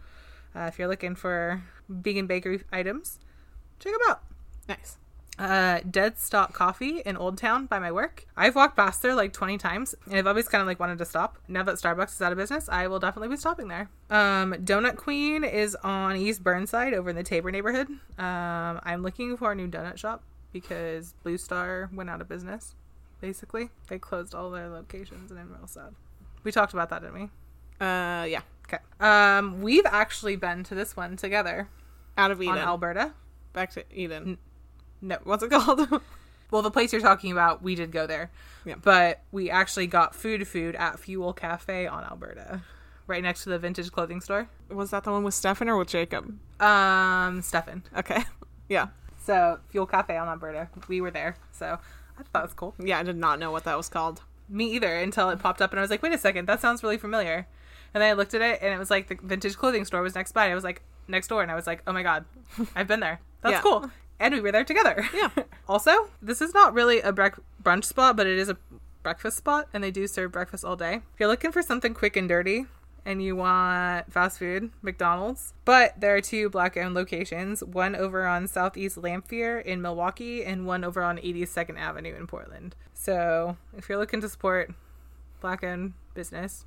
Speaker 2: uh, if you're looking for vegan bakery items, check them out
Speaker 1: Nice.
Speaker 2: uh, Dead Stock Coffee in Old Town by my work. I've walked past there like 20 times and I've always kind of like wanted to stop. Now that Starbucks is out of business, I will definitely be stopping there. Um, Donut Queen is on East Burnside over in the Tabor neighborhood. Um, I'm looking for a new donut shop because Blue Star went out of business, basically. They closed all their locations and I'm real sad. We talked about that, didn't we?
Speaker 1: Uh, yeah.
Speaker 2: Okay. Um, we've actually been to this one together
Speaker 1: Out of Eden.
Speaker 2: on Alberta.
Speaker 1: Back to Eden.
Speaker 2: No,
Speaker 1: What's it called?
Speaker 2: Well, the place you're talking about, we did go there.
Speaker 1: Yeah.
Speaker 2: But we actually got food food at Fuel Cafe on Alberta. right next to the vintage clothing store.
Speaker 1: Was that the one with Stefan or with Jacob?
Speaker 2: Um, Stefan.
Speaker 1: Okay. Yeah.
Speaker 2: So Fuel Cafe on Alberta. We were there. So I thought that was cool.
Speaker 1: Yeah, I did not know what that was called.
Speaker 2: Me either until it popped up and I was like, wait a second, that sounds really familiar. And then I looked at it and it was like the vintage clothing store was next by. I was like, next door. And I was like, oh my God, I've been there. That's
Speaker 1: Yeah.
Speaker 2: cool. And we were there together.
Speaker 1: Yeah.
Speaker 2: also, this is not really a brec- brunch spot, but it is a breakfast spot and they do serve breakfast all day. If you're looking for something quick and dirty, and you want fast food, McDonald's. But there are two black owned locations one over on Southeast Lamphere in Milwaukee, and one over on 82nd Avenue in Portland. So if you're looking to support black owned business,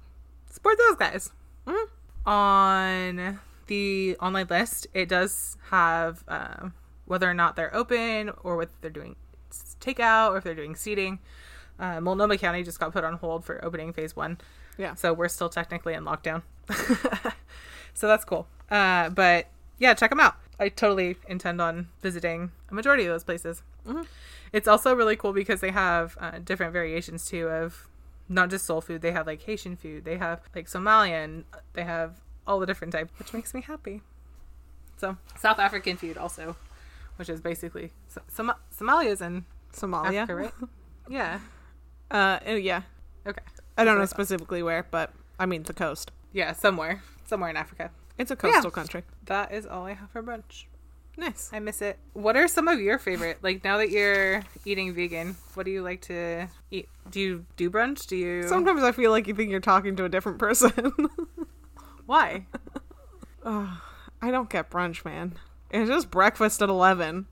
Speaker 2: support those guys. On the online list, it does have um, whether or not they're open or whether they're doing takeout or if they're doing seating. Uh, Multnomah County just got put on hold for opening phase one.
Speaker 1: Yeah.
Speaker 2: So we're still technically in lockdown. so that's cool. Uh, but yeah, check them out. I totally intend on visiting a majority of those places. It's also really cool because they have uh, different variations too of not just soul food. They have like Haitian food. They have like Somalian. They have all the different types, which makes me happy. So South African food also, which is basically so- Som- Somalia's in
Speaker 1: Somalia.
Speaker 2: Africa, right? yeah.
Speaker 1: Uh, eh, yeah.
Speaker 2: Okay.
Speaker 1: I don't
Speaker 2: what
Speaker 1: know
Speaker 2: I thought.
Speaker 1: specifically where, but I mean the coast.
Speaker 2: Yeah, somewhere, somewhere in Africa.
Speaker 1: It's a
Speaker 2: yeah.
Speaker 1: coastal country.
Speaker 2: That is all I have for brunch.
Speaker 1: Nice.
Speaker 2: I miss it. What are some of your favorite? Like now that you're eating vegan, what do you like to eat? Do you do brunch? Do you
Speaker 1: Sometimes I feel like you think you're talking to a different person.
Speaker 2: why?
Speaker 1: I don't get brunch, man. It's just breakfast at 11.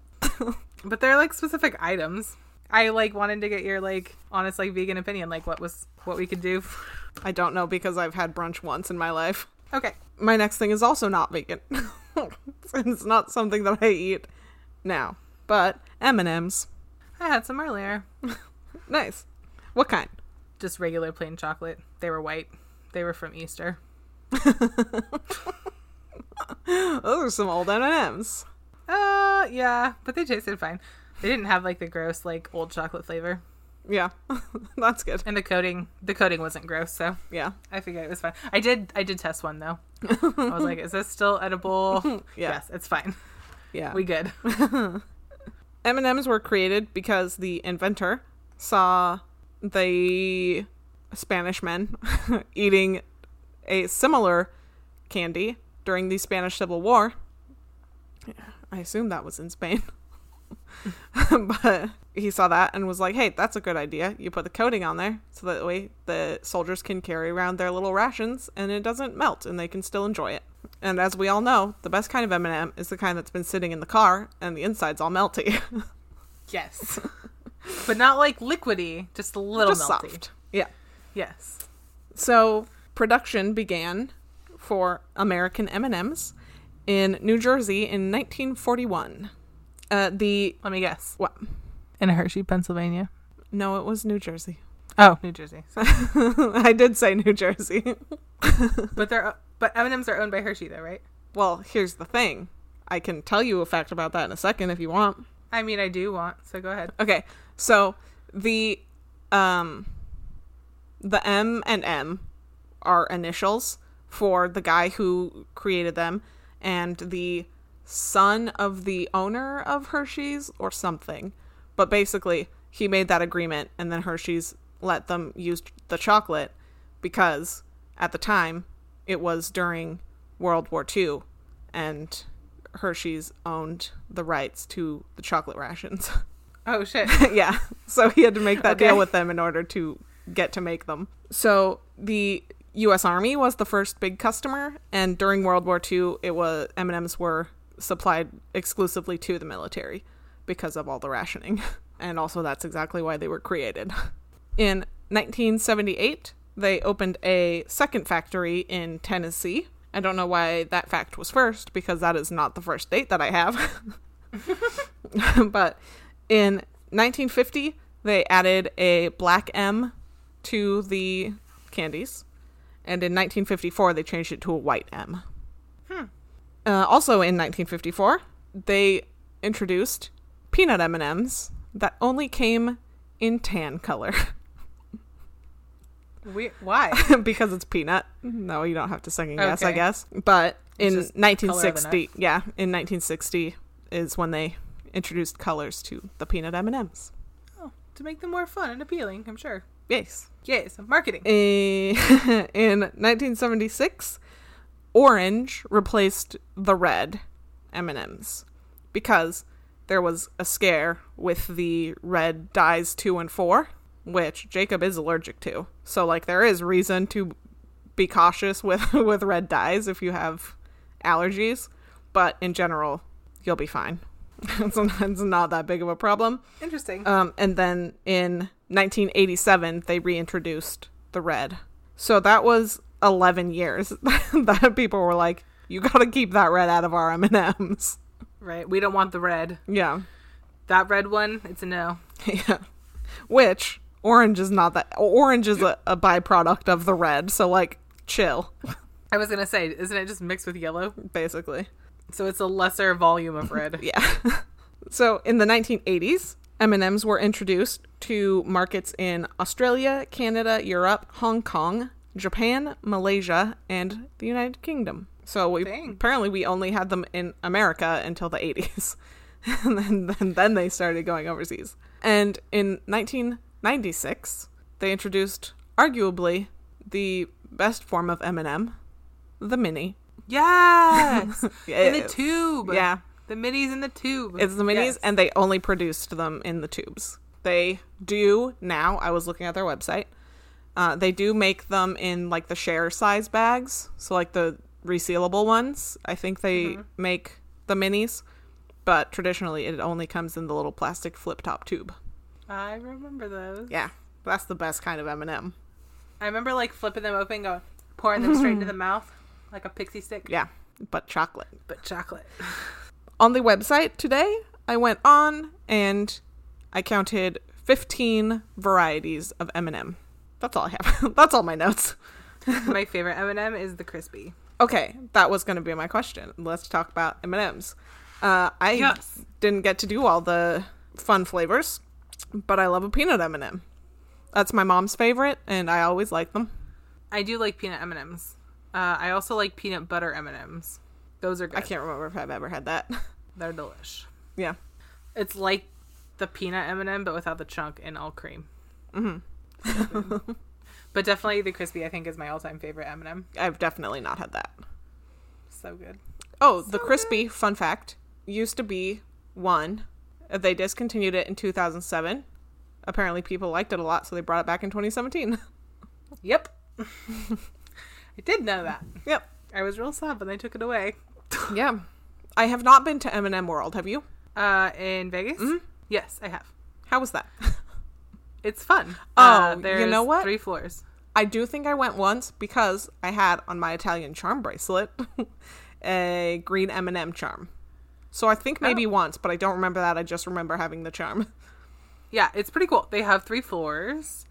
Speaker 2: But they're like specific items. I like wanted to get your like honest like vegan opinion, like what was what we could do.
Speaker 1: I don't know because I've had brunch once in my life.
Speaker 2: okay.
Speaker 1: My next thing is also not vegan. it's not something that I eat now, but M&Ms.
Speaker 2: I had some earlier.
Speaker 1: Nice. What kind?
Speaker 2: Just regular plain chocolate. They were white. They were from Easter.
Speaker 1: Those are some old M&Ms.
Speaker 2: Uh yeah, but they tasted fine. They didn't have like the gross like old chocolate flavor.
Speaker 1: Yeah. That's good.
Speaker 2: And the coating the coating wasn't gross, so
Speaker 1: Yeah.
Speaker 2: I figured it was fine. I did I did test one though. I was like, is this still edible? Yes, it's fine.
Speaker 1: Yeah.
Speaker 2: We good.
Speaker 1: M&Ms were created because the inventor saw the Spanish men eating a similar candy during the Spanish Civil War. I assume that was in Spain. but he saw that and was like, "Hey, that's a good idea. You put the coating on there so that way the soldiers can carry around their little rations and it doesn't melt and they can still enjoy it." And as we all know, the best kind of M&M is the kind that's been sitting in the car and the inside's all melty.
Speaker 2: Yes. but not like liquidy, just a little
Speaker 1: Just
Speaker 2: melty.
Speaker 1: soft. Yeah.
Speaker 2: Yes.
Speaker 1: So production began for American M&Ms in New Jersey in 1941. Uh, the
Speaker 2: Let me guess.
Speaker 1: what?
Speaker 2: In Hershey, Pennsylvania.
Speaker 1: No, it was New Jersey.
Speaker 2: Oh, New Jersey.
Speaker 1: I did say New Jersey.
Speaker 2: but they're uh, but M&Ms are owned by Hershey though, right?
Speaker 1: Well, here's the thing. I can tell you a fact about that in a second if you want.
Speaker 2: I mean, I do want. So go ahead.
Speaker 1: Okay. So the um the M and M are initials for the guy who created them and the son of the owner of Hershey's or something. But basically, he made that agreement and then Hershey's let them use the chocolate because at the time it was during World War II and Hershey's owned the rights to the chocolate rations.
Speaker 2: Oh shit.
Speaker 1: yeah. So he had to make that
Speaker 2: Okay.
Speaker 1: deal with them in order to get to make them. So the U.S. Army was the first big customer, and during World War II, it was M&Ms were supplied exclusively to the military because of all the rationing, and also that's exactly why they were created. In 1978, they opened a second factory in Tennessee. I don't know why that fact was first because that is not the first date that I have. but in 1950 they added a black m to the candies and in 1954 they changed it to a white m
Speaker 2: Hmm.
Speaker 1: uh, also in 1954 they introduced peanut m&ms that only came in tan color
Speaker 2: We why?
Speaker 1: because it's peanut. No, you don't have to second guess, I
Speaker 2: Okay.
Speaker 1: guess. But in
Speaker 2: just color of
Speaker 1: 1960, yeah, in 1960 is when they introduced colors to the peanut M&Ms.
Speaker 2: Oh, to make them more fun and appealing, I'm sure.
Speaker 1: Yes.
Speaker 2: Yes, marketing.
Speaker 1: Eh, in 1976, orange replaced the red M&Ms because there was a scare with the red dyes 2 and 4, which Jacob is allergic to. So like there is reason to be cautious with with red dyes if you have allergies, but in general, you'll be fine. it's, it's not that big of a problem.
Speaker 2: Interesting.
Speaker 1: Um, and then in 1987, they reintroduced the red. So that was 11 years that people were like, "You got to keep that red out of our M and M's."
Speaker 2: right. We don't want the red.
Speaker 1: Yeah,
Speaker 2: That red one, it's a no.
Speaker 1: yeah. Which orange is not that. Orange is a, a byproduct of the red. So like, chill,
Speaker 2: I was gonna say, isn't it just mixed with yellow?
Speaker 1: basically.
Speaker 2: So it's a lesser volume of red.
Speaker 1: Yeah. so in the 1980s, M&Ms were introduced to markets in Australia, Canada, Europe, Hong Kong, Japan, Malaysia, and the United Kingdom. So we
Speaker 2: Dang.
Speaker 1: apparently we only had them in America until the 80s. and then, then then they started going overseas. And in 1996, they introduced arguably the best form of M&M, the mini.
Speaker 2: Yes. In the
Speaker 1: Yes.
Speaker 2: tube.
Speaker 1: Yeah.
Speaker 2: The minis in the tube.
Speaker 1: It's the minis,
Speaker 2: Yes.
Speaker 1: and they only produced them in the tubes. They do now. I was looking at their website. Uh, they do make them in like the share size bags, so like the resealable ones. I think they make the minis, but traditionally it only comes in the little plastic flip top tube.
Speaker 2: I remember those.
Speaker 1: Yeah, that's the best kind of M and m
Speaker 2: I remember like flipping them open, going pouring them straight into the mouth like a pixie stick.
Speaker 1: Yeah, but chocolate.
Speaker 2: But chocolate.
Speaker 1: on the website today, I went on and I counted 15 varieties of M&M. That's all I have. That's all my notes.
Speaker 2: My favorite M&M is the crispy.
Speaker 1: Okay, that was going to be my question. Let's talk about M&Ms. Uh, I
Speaker 2: Yes.
Speaker 1: didn't get to do all the fun flavors, but I love a peanut M&M. That's my mom's favorite, and I always like them.
Speaker 2: I do like peanut M&Ms. Uh, I also like peanut butter M&Ms. Those are good.
Speaker 1: I can't remember if I've ever had that.
Speaker 2: They're delish.
Speaker 1: yeah.
Speaker 2: It's like the peanut M&M but without the chunk and all cream. Mm-hmm. but definitely the crispy I think is my all-time favorite M&M.
Speaker 1: I've definitely not had that.
Speaker 2: So good.
Speaker 1: Oh, the crispy fun fact used to be one. They discontinued it in 2007. Apparently, people liked it a lot, so they brought it back in 2017.
Speaker 2: Yep. I did know that.
Speaker 1: yep.
Speaker 2: I was real sad when they took it away.
Speaker 1: Yeah. I have not been to M&M World. Have you?
Speaker 2: Uh, in Vegas?
Speaker 1: Mm-hmm.
Speaker 2: Yes, I have.
Speaker 1: How was that?
Speaker 2: It's fun.
Speaker 1: Oh,
Speaker 2: Uh,
Speaker 1: you
Speaker 2: there's
Speaker 1: know what?
Speaker 2: Three floors.
Speaker 1: I do think I went once because I had on my Italian charm bracelet a green M&M charm. So I think maybe
Speaker 2: Oh.
Speaker 1: once, but I don't remember that. I just remember having the charm.
Speaker 2: Yeah, it's pretty cool. They have three floors.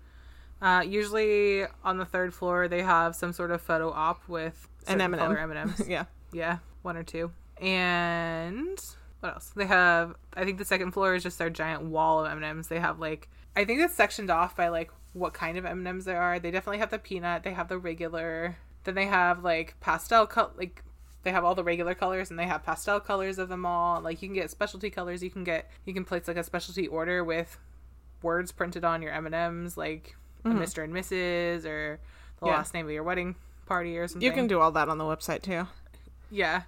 Speaker 2: Uh, usually on the third floor, they have some sort of photo op with
Speaker 1: An
Speaker 2: certain
Speaker 1: M&M.
Speaker 2: color M&Ms.
Speaker 1: yeah.
Speaker 2: yeah, one or two. And what else? They have. I think the second floor is just their giant wall of M&Ms. They have like I think it's sectioned off by like what kind of M&Ms there are. They definitely have the peanut. They have the regular. Then they have like pastel color. Like they have all the regular colors and they have pastel colors of them all. Like you can get specialty colors. You can get you can place like a specialty order with words printed on your M&Ms like a Mr. and Mrs. or the
Speaker 1: Mm-hmm. Yeah.
Speaker 2: last name of your wedding party or something.
Speaker 1: You can do all that on the website too.
Speaker 2: Yeah,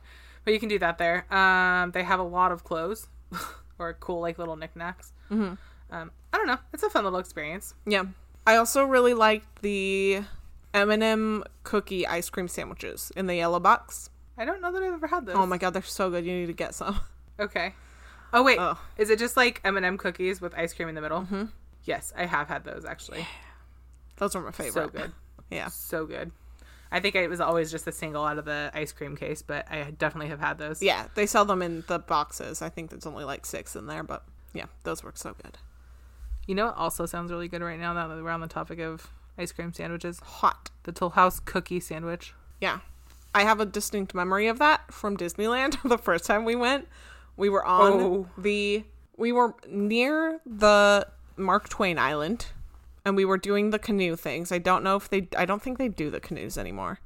Speaker 2: but you can do that there. Um, they have a lot of clothes or cool like little knickknacks. Mm-hmm. Um, I don't know. It's a fun little experience.
Speaker 1: Yeah. I also really liked the M&M cookie ice cream sandwiches in the yellow box.
Speaker 2: I don't know that I've ever had this.
Speaker 1: Oh my god, they're so good. You need to get some.
Speaker 2: Okay. Oh wait,
Speaker 1: Oh.
Speaker 2: is it just like M and m cookies with ice cream in the middle? Mm-hmm. Yes, I have had those actually.
Speaker 1: Those are my
Speaker 2: So
Speaker 1: favorite.
Speaker 2: good,
Speaker 1: Yeah.
Speaker 2: so good. I think it was always just a single out of the ice cream case, but I definitely have had those.
Speaker 1: Yeah, they sell them in the boxes. I think there's only like 6 in there, but yeah, those work so good.
Speaker 2: You know what also sounds really good right now that we're on the topic of ice cream sandwiches?
Speaker 1: Hot.
Speaker 2: The Toll House cookie sandwich.
Speaker 1: Yeah. I have a distinct memory of that from Disneyland the first time we went. We were on
Speaker 2: Oh.
Speaker 1: the we were near the Mark Twain Island and we were doing the canoe things. I don't know if they I don't think they do the canoes anymore.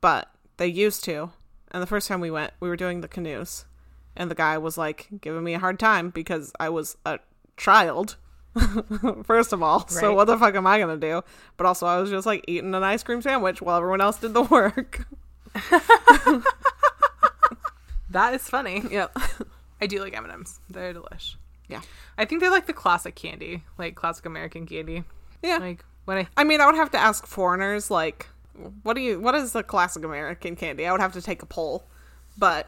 Speaker 1: But they used to. And the first time we went, we were doing the canoes. And the guy was like giving me a hard time because I was a child. First of all, so
Speaker 2: Right.
Speaker 1: what the fuck am I gonna do? But also, I was just like eating an ice cream sandwich while everyone else did the work.
Speaker 2: That is funny.
Speaker 1: yep.
Speaker 2: I do like M&Ms. They're delish.
Speaker 1: Yeah.
Speaker 2: I think they're like the classic candy, like classic American candy.
Speaker 1: Yeah.
Speaker 2: Like when I
Speaker 1: I mean, I would have to ask foreigners like, what do you? What is the classic American candy? I would have to take a poll, but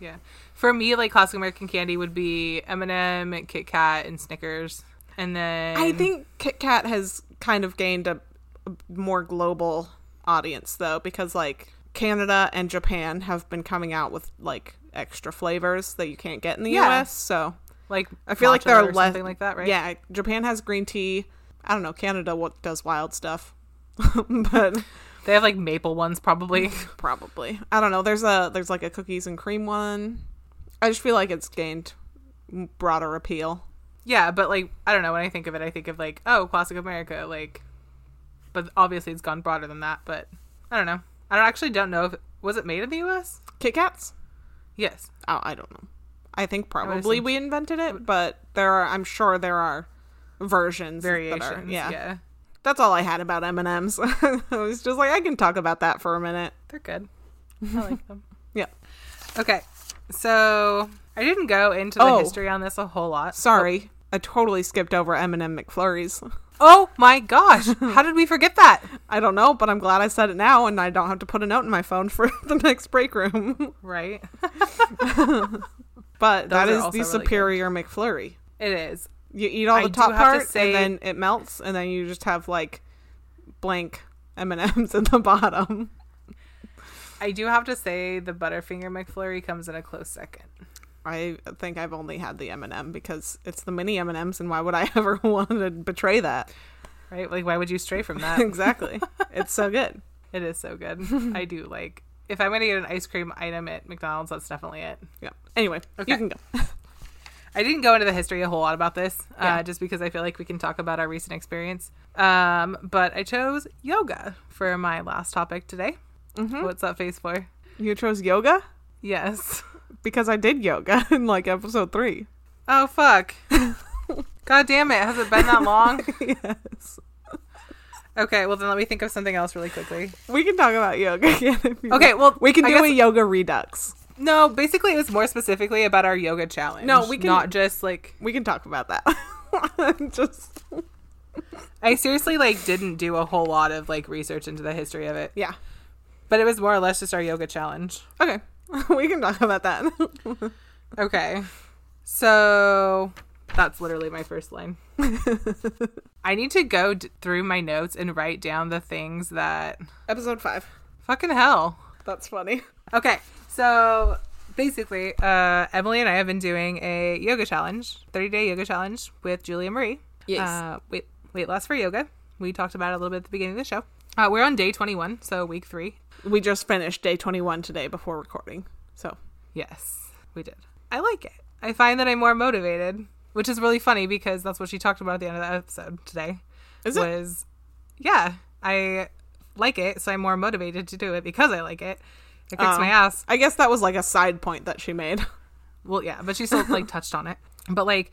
Speaker 2: yeah. For me, like classic American candy would be M&M, Kit Kat, and Snickers. And then
Speaker 1: I think Kit Kat has kind of gained a, a more global audience though, because like Canada and Japan have been coming out with like extra flavors that you can't get in the
Speaker 2: Yeah.
Speaker 1: U.S. So
Speaker 2: like
Speaker 1: I feel like
Speaker 2: matcha
Speaker 1: there are
Speaker 2: or
Speaker 1: less
Speaker 2: something like that, right?
Speaker 1: Yeah, Japan has green tea. I don't know. Canada what does wild stuff, but
Speaker 2: They have like maple ones probably.
Speaker 1: probably i don't know there's a there's like a cookies and cream one i just feel like it's gained broader appeal
Speaker 2: yeah, but like I don't know, when I think of it, I think of like, oh, classic America, like but obviously it's gone broader than that, but I don't know. I don't, actually don't know if was it made in the US?
Speaker 1: kit kats
Speaker 2: Yes.
Speaker 1: oh i don't know i think
Speaker 2: would
Speaker 1: probably
Speaker 2: assume-
Speaker 1: we invented it but there are i'm sure there are versions that are-
Speaker 2: Variations.
Speaker 1: yeah.
Speaker 2: yeah.
Speaker 1: that's all i had about m&ms i was just like i can talk about that for a minute
Speaker 2: They're good. I like them.
Speaker 1: yeah
Speaker 2: Okay. So I didn't go into the
Speaker 1: Oh.
Speaker 2: history on this a whole lot.
Speaker 1: sorry i totally skipped over m&m mcflurries
Speaker 2: Oh my gosh. How did we forget that?
Speaker 1: i don't know but i'm glad i said it now and i don't have to put a note in my phone for the next break room
Speaker 2: Right.
Speaker 1: but that
Speaker 2: are
Speaker 1: is
Speaker 2: also
Speaker 1: the
Speaker 2: really good.
Speaker 1: superior mcflurry
Speaker 2: It is.
Speaker 1: You eat all
Speaker 2: I
Speaker 1: the
Speaker 2: do
Speaker 1: top
Speaker 2: have to
Speaker 1: part,
Speaker 2: say-
Speaker 1: and then it melts, and then you just have like blank M and M's at the bottom.
Speaker 2: I do have to say the Butterfinger McFlurry comes in a close second.
Speaker 1: I think I've only had the M and m because it's the mini M and M's, and why would I ever want to betray that?
Speaker 2: Right? Like why would you stray from that?
Speaker 1: exactly, it's so good.
Speaker 2: it is so good. I do like if I'm gonna get an ice cream item at McDonald's, that's definitely it.
Speaker 1: Yeah. Anyway,
Speaker 2: Okay.
Speaker 1: you can go.
Speaker 2: I didn't go into the history a whole lot about this,
Speaker 1: Yeah.
Speaker 2: uh, just because I feel like we can talk about our recent experience. Um, but I chose yoga for my last topic today. What's that face for?
Speaker 1: You chose yoga
Speaker 2: Yes.
Speaker 1: because I did yoga in like episode three.
Speaker 2: Oh fuck. God damn it! Has it been that long?
Speaker 1: yes,
Speaker 2: Okay, well then let me think of something else really quickly.
Speaker 1: we can talk about yoga again. If you
Speaker 2: Okay,
Speaker 1: want.
Speaker 2: well
Speaker 1: we can
Speaker 2: I
Speaker 1: do a
Speaker 2: guess-
Speaker 1: yoga redux.
Speaker 2: No, basically it was more specifically about our yoga challenge.
Speaker 1: No, we can-
Speaker 2: not just like
Speaker 1: We can talk about that. just
Speaker 2: I seriously like didn't do a whole lot of like research into the history of it,
Speaker 1: yeah.
Speaker 2: but it was more or less just our yoga challenge.
Speaker 1: Okay, we can talk about that.
Speaker 2: Okay. So that's literally my first line. I need to go d- through my notes and write down the things that.
Speaker 1: Episode five.
Speaker 2: Fucking hell.
Speaker 1: That's funny.
Speaker 2: Okay. So basically, uh, Emily and I have been doing a yoga challenge, 30 day yoga challenge with Julia Marie.
Speaker 1: Yes.
Speaker 2: Uh, weight, weight loss for yoga. We talked about it a little bit at the beginning of the show. Uh, we're on day 21, so week three.
Speaker 1: We just finished day 21 today before recording. So,
Speaker 2: Yes, we did. I like it. I find that I'm more motivated, which is really funny because that's what she talked about at the end of the episode today.
Speaker 1: Is it?
Speaker 2: was, yeah, I like it, so I'm more motivated to do it because I like it. It kicks
Speaker 1: Oh.
Speaker 2: my ass.
Speaker 1: I guess that was like a side point that she made.
Speaker 2: Well, yeah, but she still like touched on it. But like,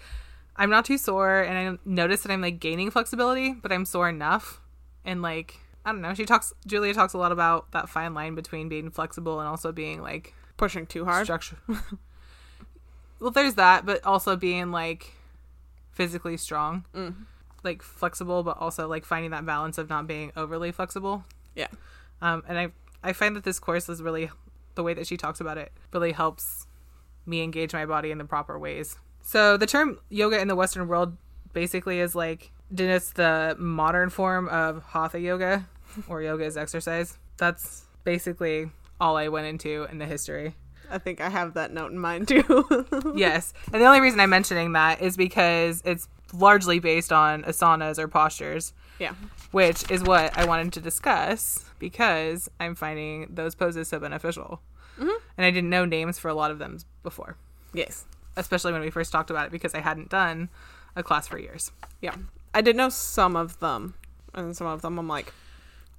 Speaker 2: I'm not too sore, and I noticed that I'm like gaining flexibility, but I'm sore enough. And like, I don't know. She talks. Julia talks a lot about that fine line between being flexible and also being like
Speaker 1: Pushing too hard.
Speaker 2: structure. well, there's that, but also being like physically strong, like flexible, but also like finding that balance of not being overly flexible.
Speaker 1: Yeah.
Speaker 2: Um, and I I find that this course is really the way that she talks about it really helps me engage my body in the proper ways. So the term yoga in the Western world basically is like denotes the modern form of hatha yoga or yoga as exercise. That's basically all I went into in the history
Speaker 1: I think I have that note in mind too.
Speaker 2: yes. And the only reason I'm mentioning that is because it's largely based on asanas or postures,
Speaker 1: yeah.
Speaker 2: which is what I wanted to discuss because I'm finding those poses so beneficial.
Speaker 1: Mm-hmm.
Speaker 2: And I didn't know names for a lot of them before,
Speaker 1: Yes.
Speaker 2: especially when we first talked about it because I hadn't done a class for years.
Speaker 1: Yeah. I did know some of them, and some of them I'm like,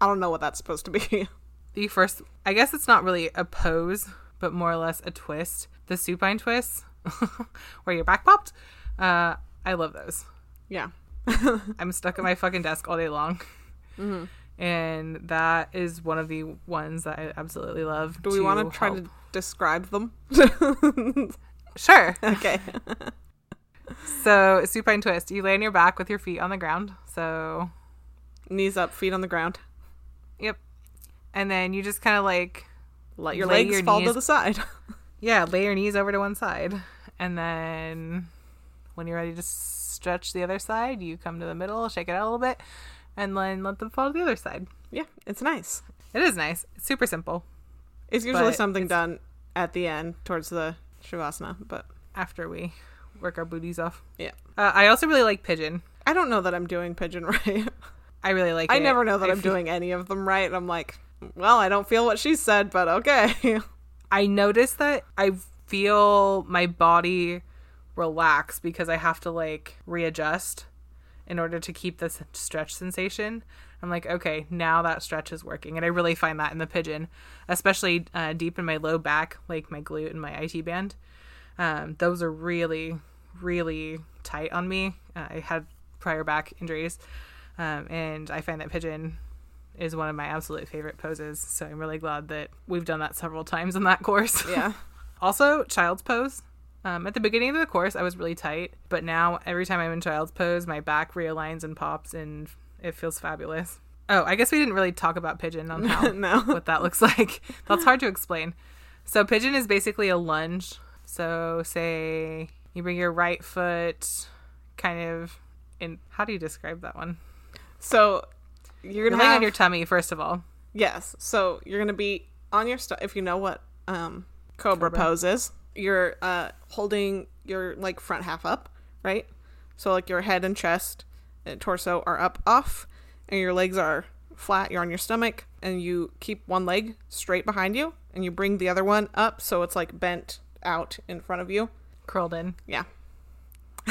Speaker 1: I don't know what that's supposed to be.
Speaker 2: The first, I guess it's not really a pose, but more or less a twist. The supine twists, where your back popped. Uh, I love those.
Speaker 1: yeah.
Speaker 2: I'm stuck at my fucking desk all day long. Mm-hmm. And that is one of the ones that I absolutely love.
Speaker 1: Do we want to try
Speaker 2: help.
Speaker 1: to describe them?
Speaker 2: Sure.
Speaker 1: okay.
Speaker 2: So, supine twist. You lay on your back with your feet on the ground. So,
Speaker 1: Knees up, feet on the ground.
Speaker 2: yep. And then you just kind of like,
Speaker 1: Let your
Speaker 2: Lay
Speaker 1: legs
Speaker 2: your
Speaker 1: fall to
Speaker 2: knees-
Speaker 1: the side.
Speaker 2: yeah, lay your knees over to one side. And then when you're ready to stretch the other side, you come to the middle, shake it out a little bit, and then let them fall to the other side.
Speaker 1: yeah, it's nice.
Speaker 2: It is nice. It's super simple
Speaker 1: It's usually
Speaker 2: But
Speaker 1: something done at the end towards the shavasana, but
Speaker 2: after we work our booties off.
Speaker 1: yeah.
Speaker 2: Uh, I also really like pigeon.
Speaker 1: I don't know that I'm doing pigeon right.
Speaker 2: I really like
Speaker 1: I
Speaker 2: it.
Speaker 1: never know that I'm
Speaker 2: feel-
Speaker 1: doing any of them right. And I'm like, well, I don't feel what she said, but okay.
Speaker 2: I notice that I feel my body relax because I have to like readjust in order to keep this stretch sensation. I'm like, okay, now that stretch is working. And I really find that in the pigeon, especially uh, deep in my low back, like my glute and my IT band. Um, those are really, really tight on me. Uh, I had prior back injuries, um, and I find that pigeon is one of my absolute favorite poses. So I'm really glad that we've done that several times in that course.
Speaker 1: Yeah.
Speaker 2: Also, child's pose. Um, at the beginning of the course, I was really tight, but now every time I'm in child's pose, my back realigns and pops, and it feels fabulous. Oh, I guess we didn't really talk about pigeon on how
Speaker 1: no.
Speaker 2: what that looks like. That's hard to explain. So pigeon is basically a lunge. So say you bring your right foot kind of in. How do you describe that one?
Speaker 1: So you're
Speaker 2: You're
Speaker 1: going to
Speaker 2: laying
Speaker 1: have
Speaker 2: on your tummy first of all.
Speaker 1: Yes. So you're gonna be on your stuff if you know what um, cobra, pose is. You're uh, holding your like front half up, right? So like your head and chest and torso are up off, and your legs are flat. You're on your stomach, and you keep one leg straight behind you, and you bring the other one up so it's like bent out in front of you.
Speaker 2: curled in.
Speaker 1: Yeah.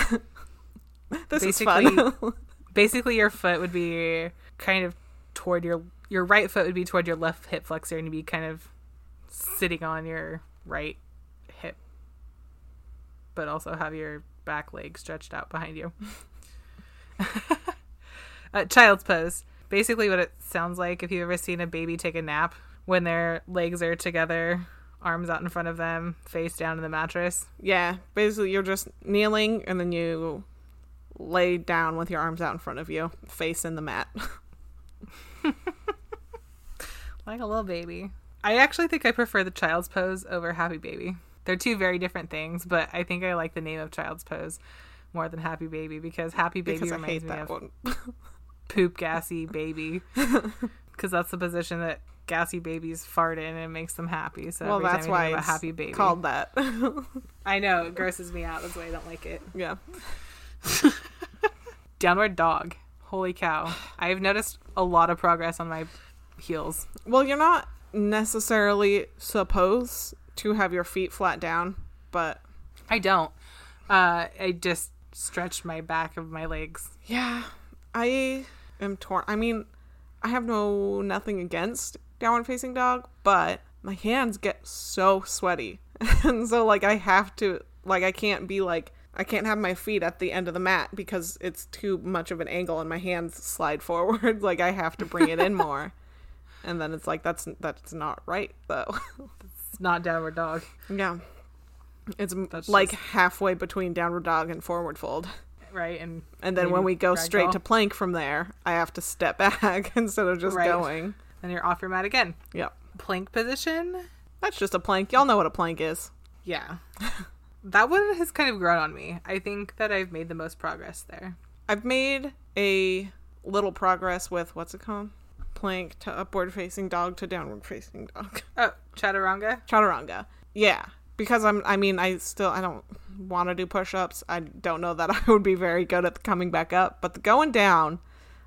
Speaker 1: this is
Speaker 2: Basically-
Speaker 1: fun.
Speaker 2: Basically, your foot would be kind of toward your your right foot would be toward your left hip flexor, and you'd be kind of sitting on your right hip, but also have your back leg stretched out behind you. uh, child's pose. Basically, what it sounds like if you've ever seen a baby take a nap when their legs are together, arms out in front of them, face down in the mattress.
Speaker 1: Yeah, basically you're just kneeling and then you lay down with your arms out in front of you, face in the mat.
Speaker 2: like a little baby. I actually think I prefer the child's pose over happy baby. They're two very different things, but I think I like the name of child's pose more than happy baby because happy baby
Speaker 1: because I hate
Speaker 2: reminds me
Speaker 1: that
Speaker 2: of
Speaker 1: one.
Speaker 2: poop gassy baby because that's the position that gassy babies fart in and makes them happy. So
Speaker 1: Well,
Speaker 2: every
Speaker 1: that's
Speaker 2: time I
Speaker 1: why
Speaker 2: think
Speaker 1: it's
Speaker 2: about happy baby.
Speaker 1: called that.
Speaker 2: I know it grosses me out. That's why I don't like it.
Speaker 1: yeah.
Speaker 2: Downward dog. Holy cow! I've noticed a lot of progress on my heels.
Speaker 1: Well, you're not necessarily supposed to have your feet flat down, but
Speaker 2: I don't. Uh, I just stretched my back of my legs
Speaker 1: yeah, I am torn. I mean, I have no nothing against downward facing dog, but my hands get so sweaty. and so like I have to like I can't be like I can't have my feet at the end of the mat because it's too much of an angle and my hands slide forward. like I have to bring it in more. And then it's like that's that's not right though.
Speaker 2: It's not downward dog.
Speaker 1: yeah. It's m
Speaker 2: That's
Speaker 1: like halfway between downward dog and forward fold.
Speaker 2: Right. And
Speaker 1: And then
Speaker 2: maybe
Speaker 1: when we go straight
Speaker 2: ragdoll.
Speaker 1: to plank from there, I have to step back instead of just
Speaker 2: Right.
Speaker 1: going.
Speaker 2: then you're off your mat again.
Speaker 1: Yep.
Speaker 2: Plank position.
Speaker 1: That's just a plank. Y'all know what a plank is.
Speaker 2: Yeah. that one has kind of grown on me. I think that I've made the most progress there.
Speaker 1: I've made a little progress with what's it called? Plank to upward facing dog to downward facing dog.
Speaker 2: Oh, chaturanga.
Speaker 1: Chaturanga. Yeah. Because I'm I mean I still I don't want to do push-ups. I don't know that I would be very good at coming back up, but the going down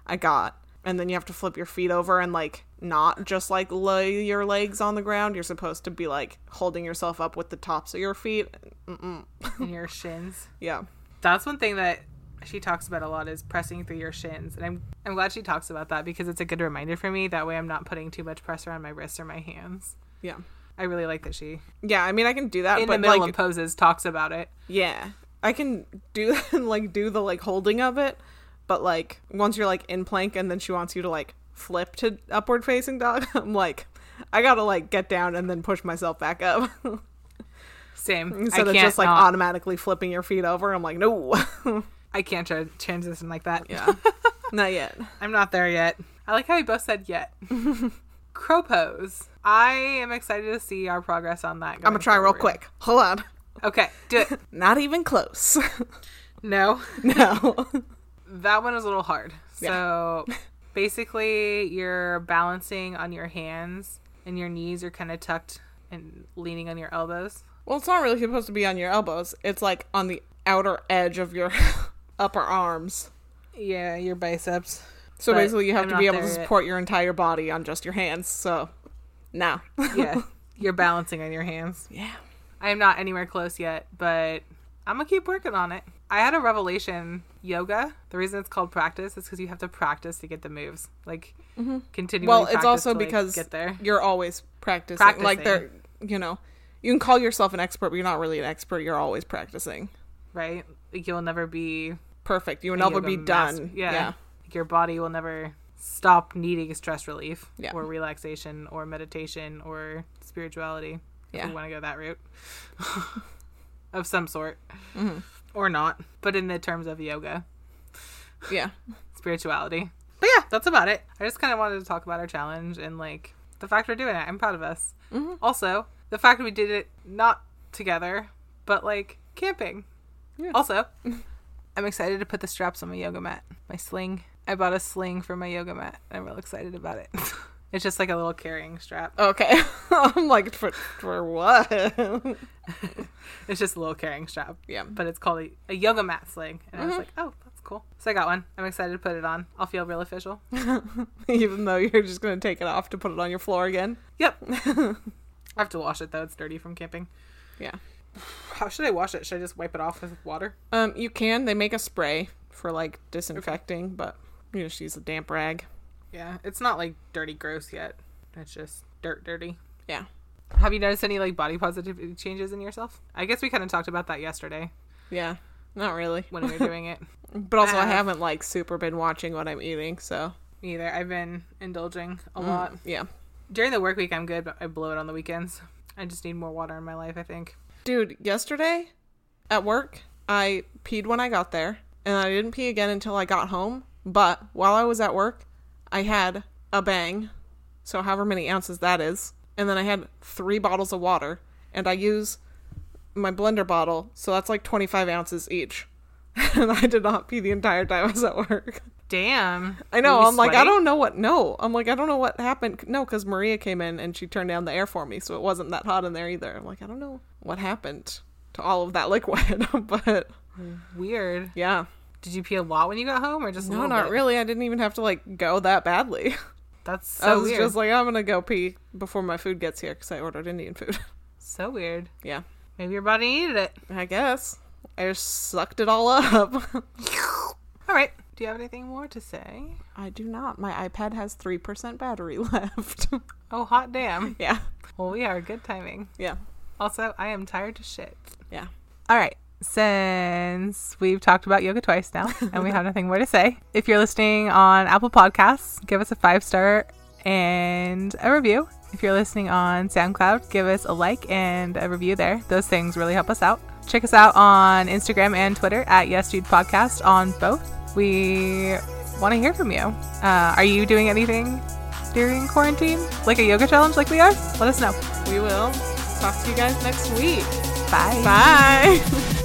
Speaker 1: I got. And then you have to flip your feet over and like not just like lay your legs on the ground. You're supposed to be like holding yourself up with the tops of your feet.
Speaker 2: and your shins.
Speaker 1: Yeah.
Speaker 2: That's one thing that she talks about a lot is pressing through your shins. And I'm I'm glad she talks about that because it's a good reminder for me. That way I'm not putting too much pressure on my wrists or my hands.
Speaker 1: Yeah.
Speaker 2: I really like that she
Speaker 1: Yeah, I mean I can do that,
Speaker 2: in
Speaker 1: but
Speaker 2: the middle
Speaker 1: like
Speaker 2: of poses talks about it.
Speaker 1: yeah. I can do like do the like holding of it, but like once you're like in plank and then she wants you to like flip to upward facing dog, I'm like I gotta like get down and then push myself back up
Speaker 2: Same. I
Speaker 1: instead
Speaker 2: can't
Speaker 1: of just like
Speaker 2: not-
Speaker 1: automatically flipping your feet over. I'm like, no,
Speaker 2: I can't tra- transition like that.
Speaker 1: yeah, not yet.
Speaker 2: I'm not there yet. I like how we both said yet. Crow pose. I am excited to see our progress on that.
Speaker 1: I'm gonna try real quick. Hold on,
Speaker 2: Okay, do it.
Speaker 1: not even close.
Speaker 2: No,
Speaker 1: no,
Speaker 2: that one was a little hard.
Speaker 1: Yeah.
Speaker 2: So basically, you're balancing on your hands and your knees are kind of tucked and leaning on your elbows.
Speaker 1: Well, it's not really supposed to be on your elbows. It's like on the outer edge of your upper arms.
Speaker 2: Yeah, your biceps.
Speaker 1: So
Speaker 2: But
Speaker 1: basically, you have
Speaker 2: I'm
Speaker 1: to be
Speaker 2: not
Speaker 1: able to
Speaker 2: there yet.
Speaker 1: support your entire body on just your hands. So, no.
Speaker 2: Yeah, you're balancing on your hands.
Speaker 1: yeah.
Speaker 2: I am not anywhere close yet, but I'm gonna keep working on it. I had a revelation yoga. The reason it's called practice is because you have to practice to get the moves. Like, continually.
Speaker 1: Mm-hmm. Well, it's
Speaker 2: practice
Speaker 1: also
Speaker 2: to, like,
Speaker 1: because
Speaker 2: get there.
Speaker 1: you're always practicing. Like
Speaker 2: Practicing.
Speaker 1: they're, you know, you can call yourself an expert, but you're not really an expert. You're always practicing.
Speaker 2: right? Like you'll never be
Speaker 1: Perfect. You will never
Speaker 2: yoga
Speaker 1: be
Speaker 2: master-
Speaker 1: done.
Speaker 2: Yeah.
Speaker 1: yeah.
Speaker 2: Like your body will never stop needing stress relief
Speaker 1: Yeah.
Speaker 2: or relaxation or meditation or spirituality. If
Speaker 1: Yeah.
Speaker 2: you want to go that route of some sort
Speaker 1: Mm-hmm.
Speaker 2: or not, but in the terms of yoga,
Speaker 1: Yeah.
Speaker 2: spirituality.
Speaker 1: But yeah.
Speaker 2: That's about it. I just kind of wanted to talk about our challenge and like the fact we're doing it. I'm proud of us. Also, the fact we did it not together, but like camping.
Speaker 1: Yeah.
Speaker 2: Also, I'm excited to put the straps on my yoga mat, my sling. I bought a sling for my yoga mat. I'm real excited about it. it's just like a little carrying strap.
Speaker 1: Okay. I'm like, for, for what?
Speaker 2: It's just a little carrying strap.
Speaker 1: yeah.
Speaker 2: But it's called a, a yoga mat sling. And I was like, oh, that's cool. So I got one. I'm excited to put it on. I'll feel real official.
Speaker 1: Even though you're just going to take it off to put it on your floor again.
Speaker 2: Yep. I have to wash it though. It's dirty from camping.
Speaker 1: Yeah.
Speaker 2: How should I wash it? Should I just wipe it off with water?
Speaker 1: Um, you can. They make a spray for like disinfecting, but you just use a damp rag.
Speaker 2: Yeah, it's not like dirty gross yet. It's just dirt dirty.
Speaker 1: Yeah.
Speaker 2: Have you noticed any like body positivity changes in yourself? I guess we kind of talked about that yesterday
Speaker 1: Yeah. Not really.
Speaker 2: when we were doing it.
Speaker 1: But also, I
Speaker 2: have-
Speaker 1: haven't like super been watching what I'm eating, so
Speaker 2: Me either. I've been indulging a lot.
Speaker 1: yeah.
Speaker 2: During the work week, I'm good, but I blow it on the weekends. I just need more water in my life, I think.
Speaker 1: Dude, yesterday at work, I peed when I got there, and I didn't pee again until I got home. But while I was at work, I had a bang, so however many ounces that is, and then I had three bottles of water, and I use my blender bottle, so that's like 25 ounces each. and I did not pee the entire time I was at work.
Speaker 2: Damn.
Speaker 1: I know.
Speaker 2: Were you
Speaker 1: I'm like, I
Speaker 2: sweating?
Speaker 1: don't know what. No, I'm like, I don't know what happened. No, because Maria came in and she turned down the air for me, so it wasn't that hot in there either. I'm like, I don't know what happened to all of that liquid, but
Speaker 2: Weird.
Speaker 1: yeah,
Speaker 2: Did you pee a lot when you got home, or just a
Speaker 1: no,
Speaker 2: little
Speaker 1: not
Speaker 2: bit?
Speaker 1: really. I didn't even have to like go that badly.
Speaker 2: That's
Speaker 1: I
Speaker 2: so
Speaker 1: was
Speaker 2: weird.
Speaker 1: just like, I'm gonna go pee before my food gets here because I ordered Indian food.
Speaker 2: so weird.
Speaker 1: yeah,
Speaker 2: Maybe your body needed it.
Speaker 1: I guess I just sucked it all up.
Speaker 2: All right. Do you have anything more to say?
Speaker 1: I do not. My iPad has three percent battery left.
Speaker 2: Oh, hot damn.
Speaker 1: yeah,
Speaker 2: Well, we are good timing.
Speaker 1: yeah,
Speaker 2: Also, I am tired to shit.
Speaker 1: yeah.
Speaker 2: All right. Since we've talked about yoga twice now and we have nothing more to say, if you're listening on Apple Podcasts, give us a five star and a review. If you're listening on SoundCloud, give us a like and a review there. Those things really help us out. Check us out on Instagram and Twitter at Yes Dude Podcast on both. We want to hear from you. Uh, are you doing anything during quarantine? Like a yoga challenge like we are? Let us know.
Speaker 1: We will talk to you guys next week.
Speaker 2: Bye.
Speaker 1: Bye.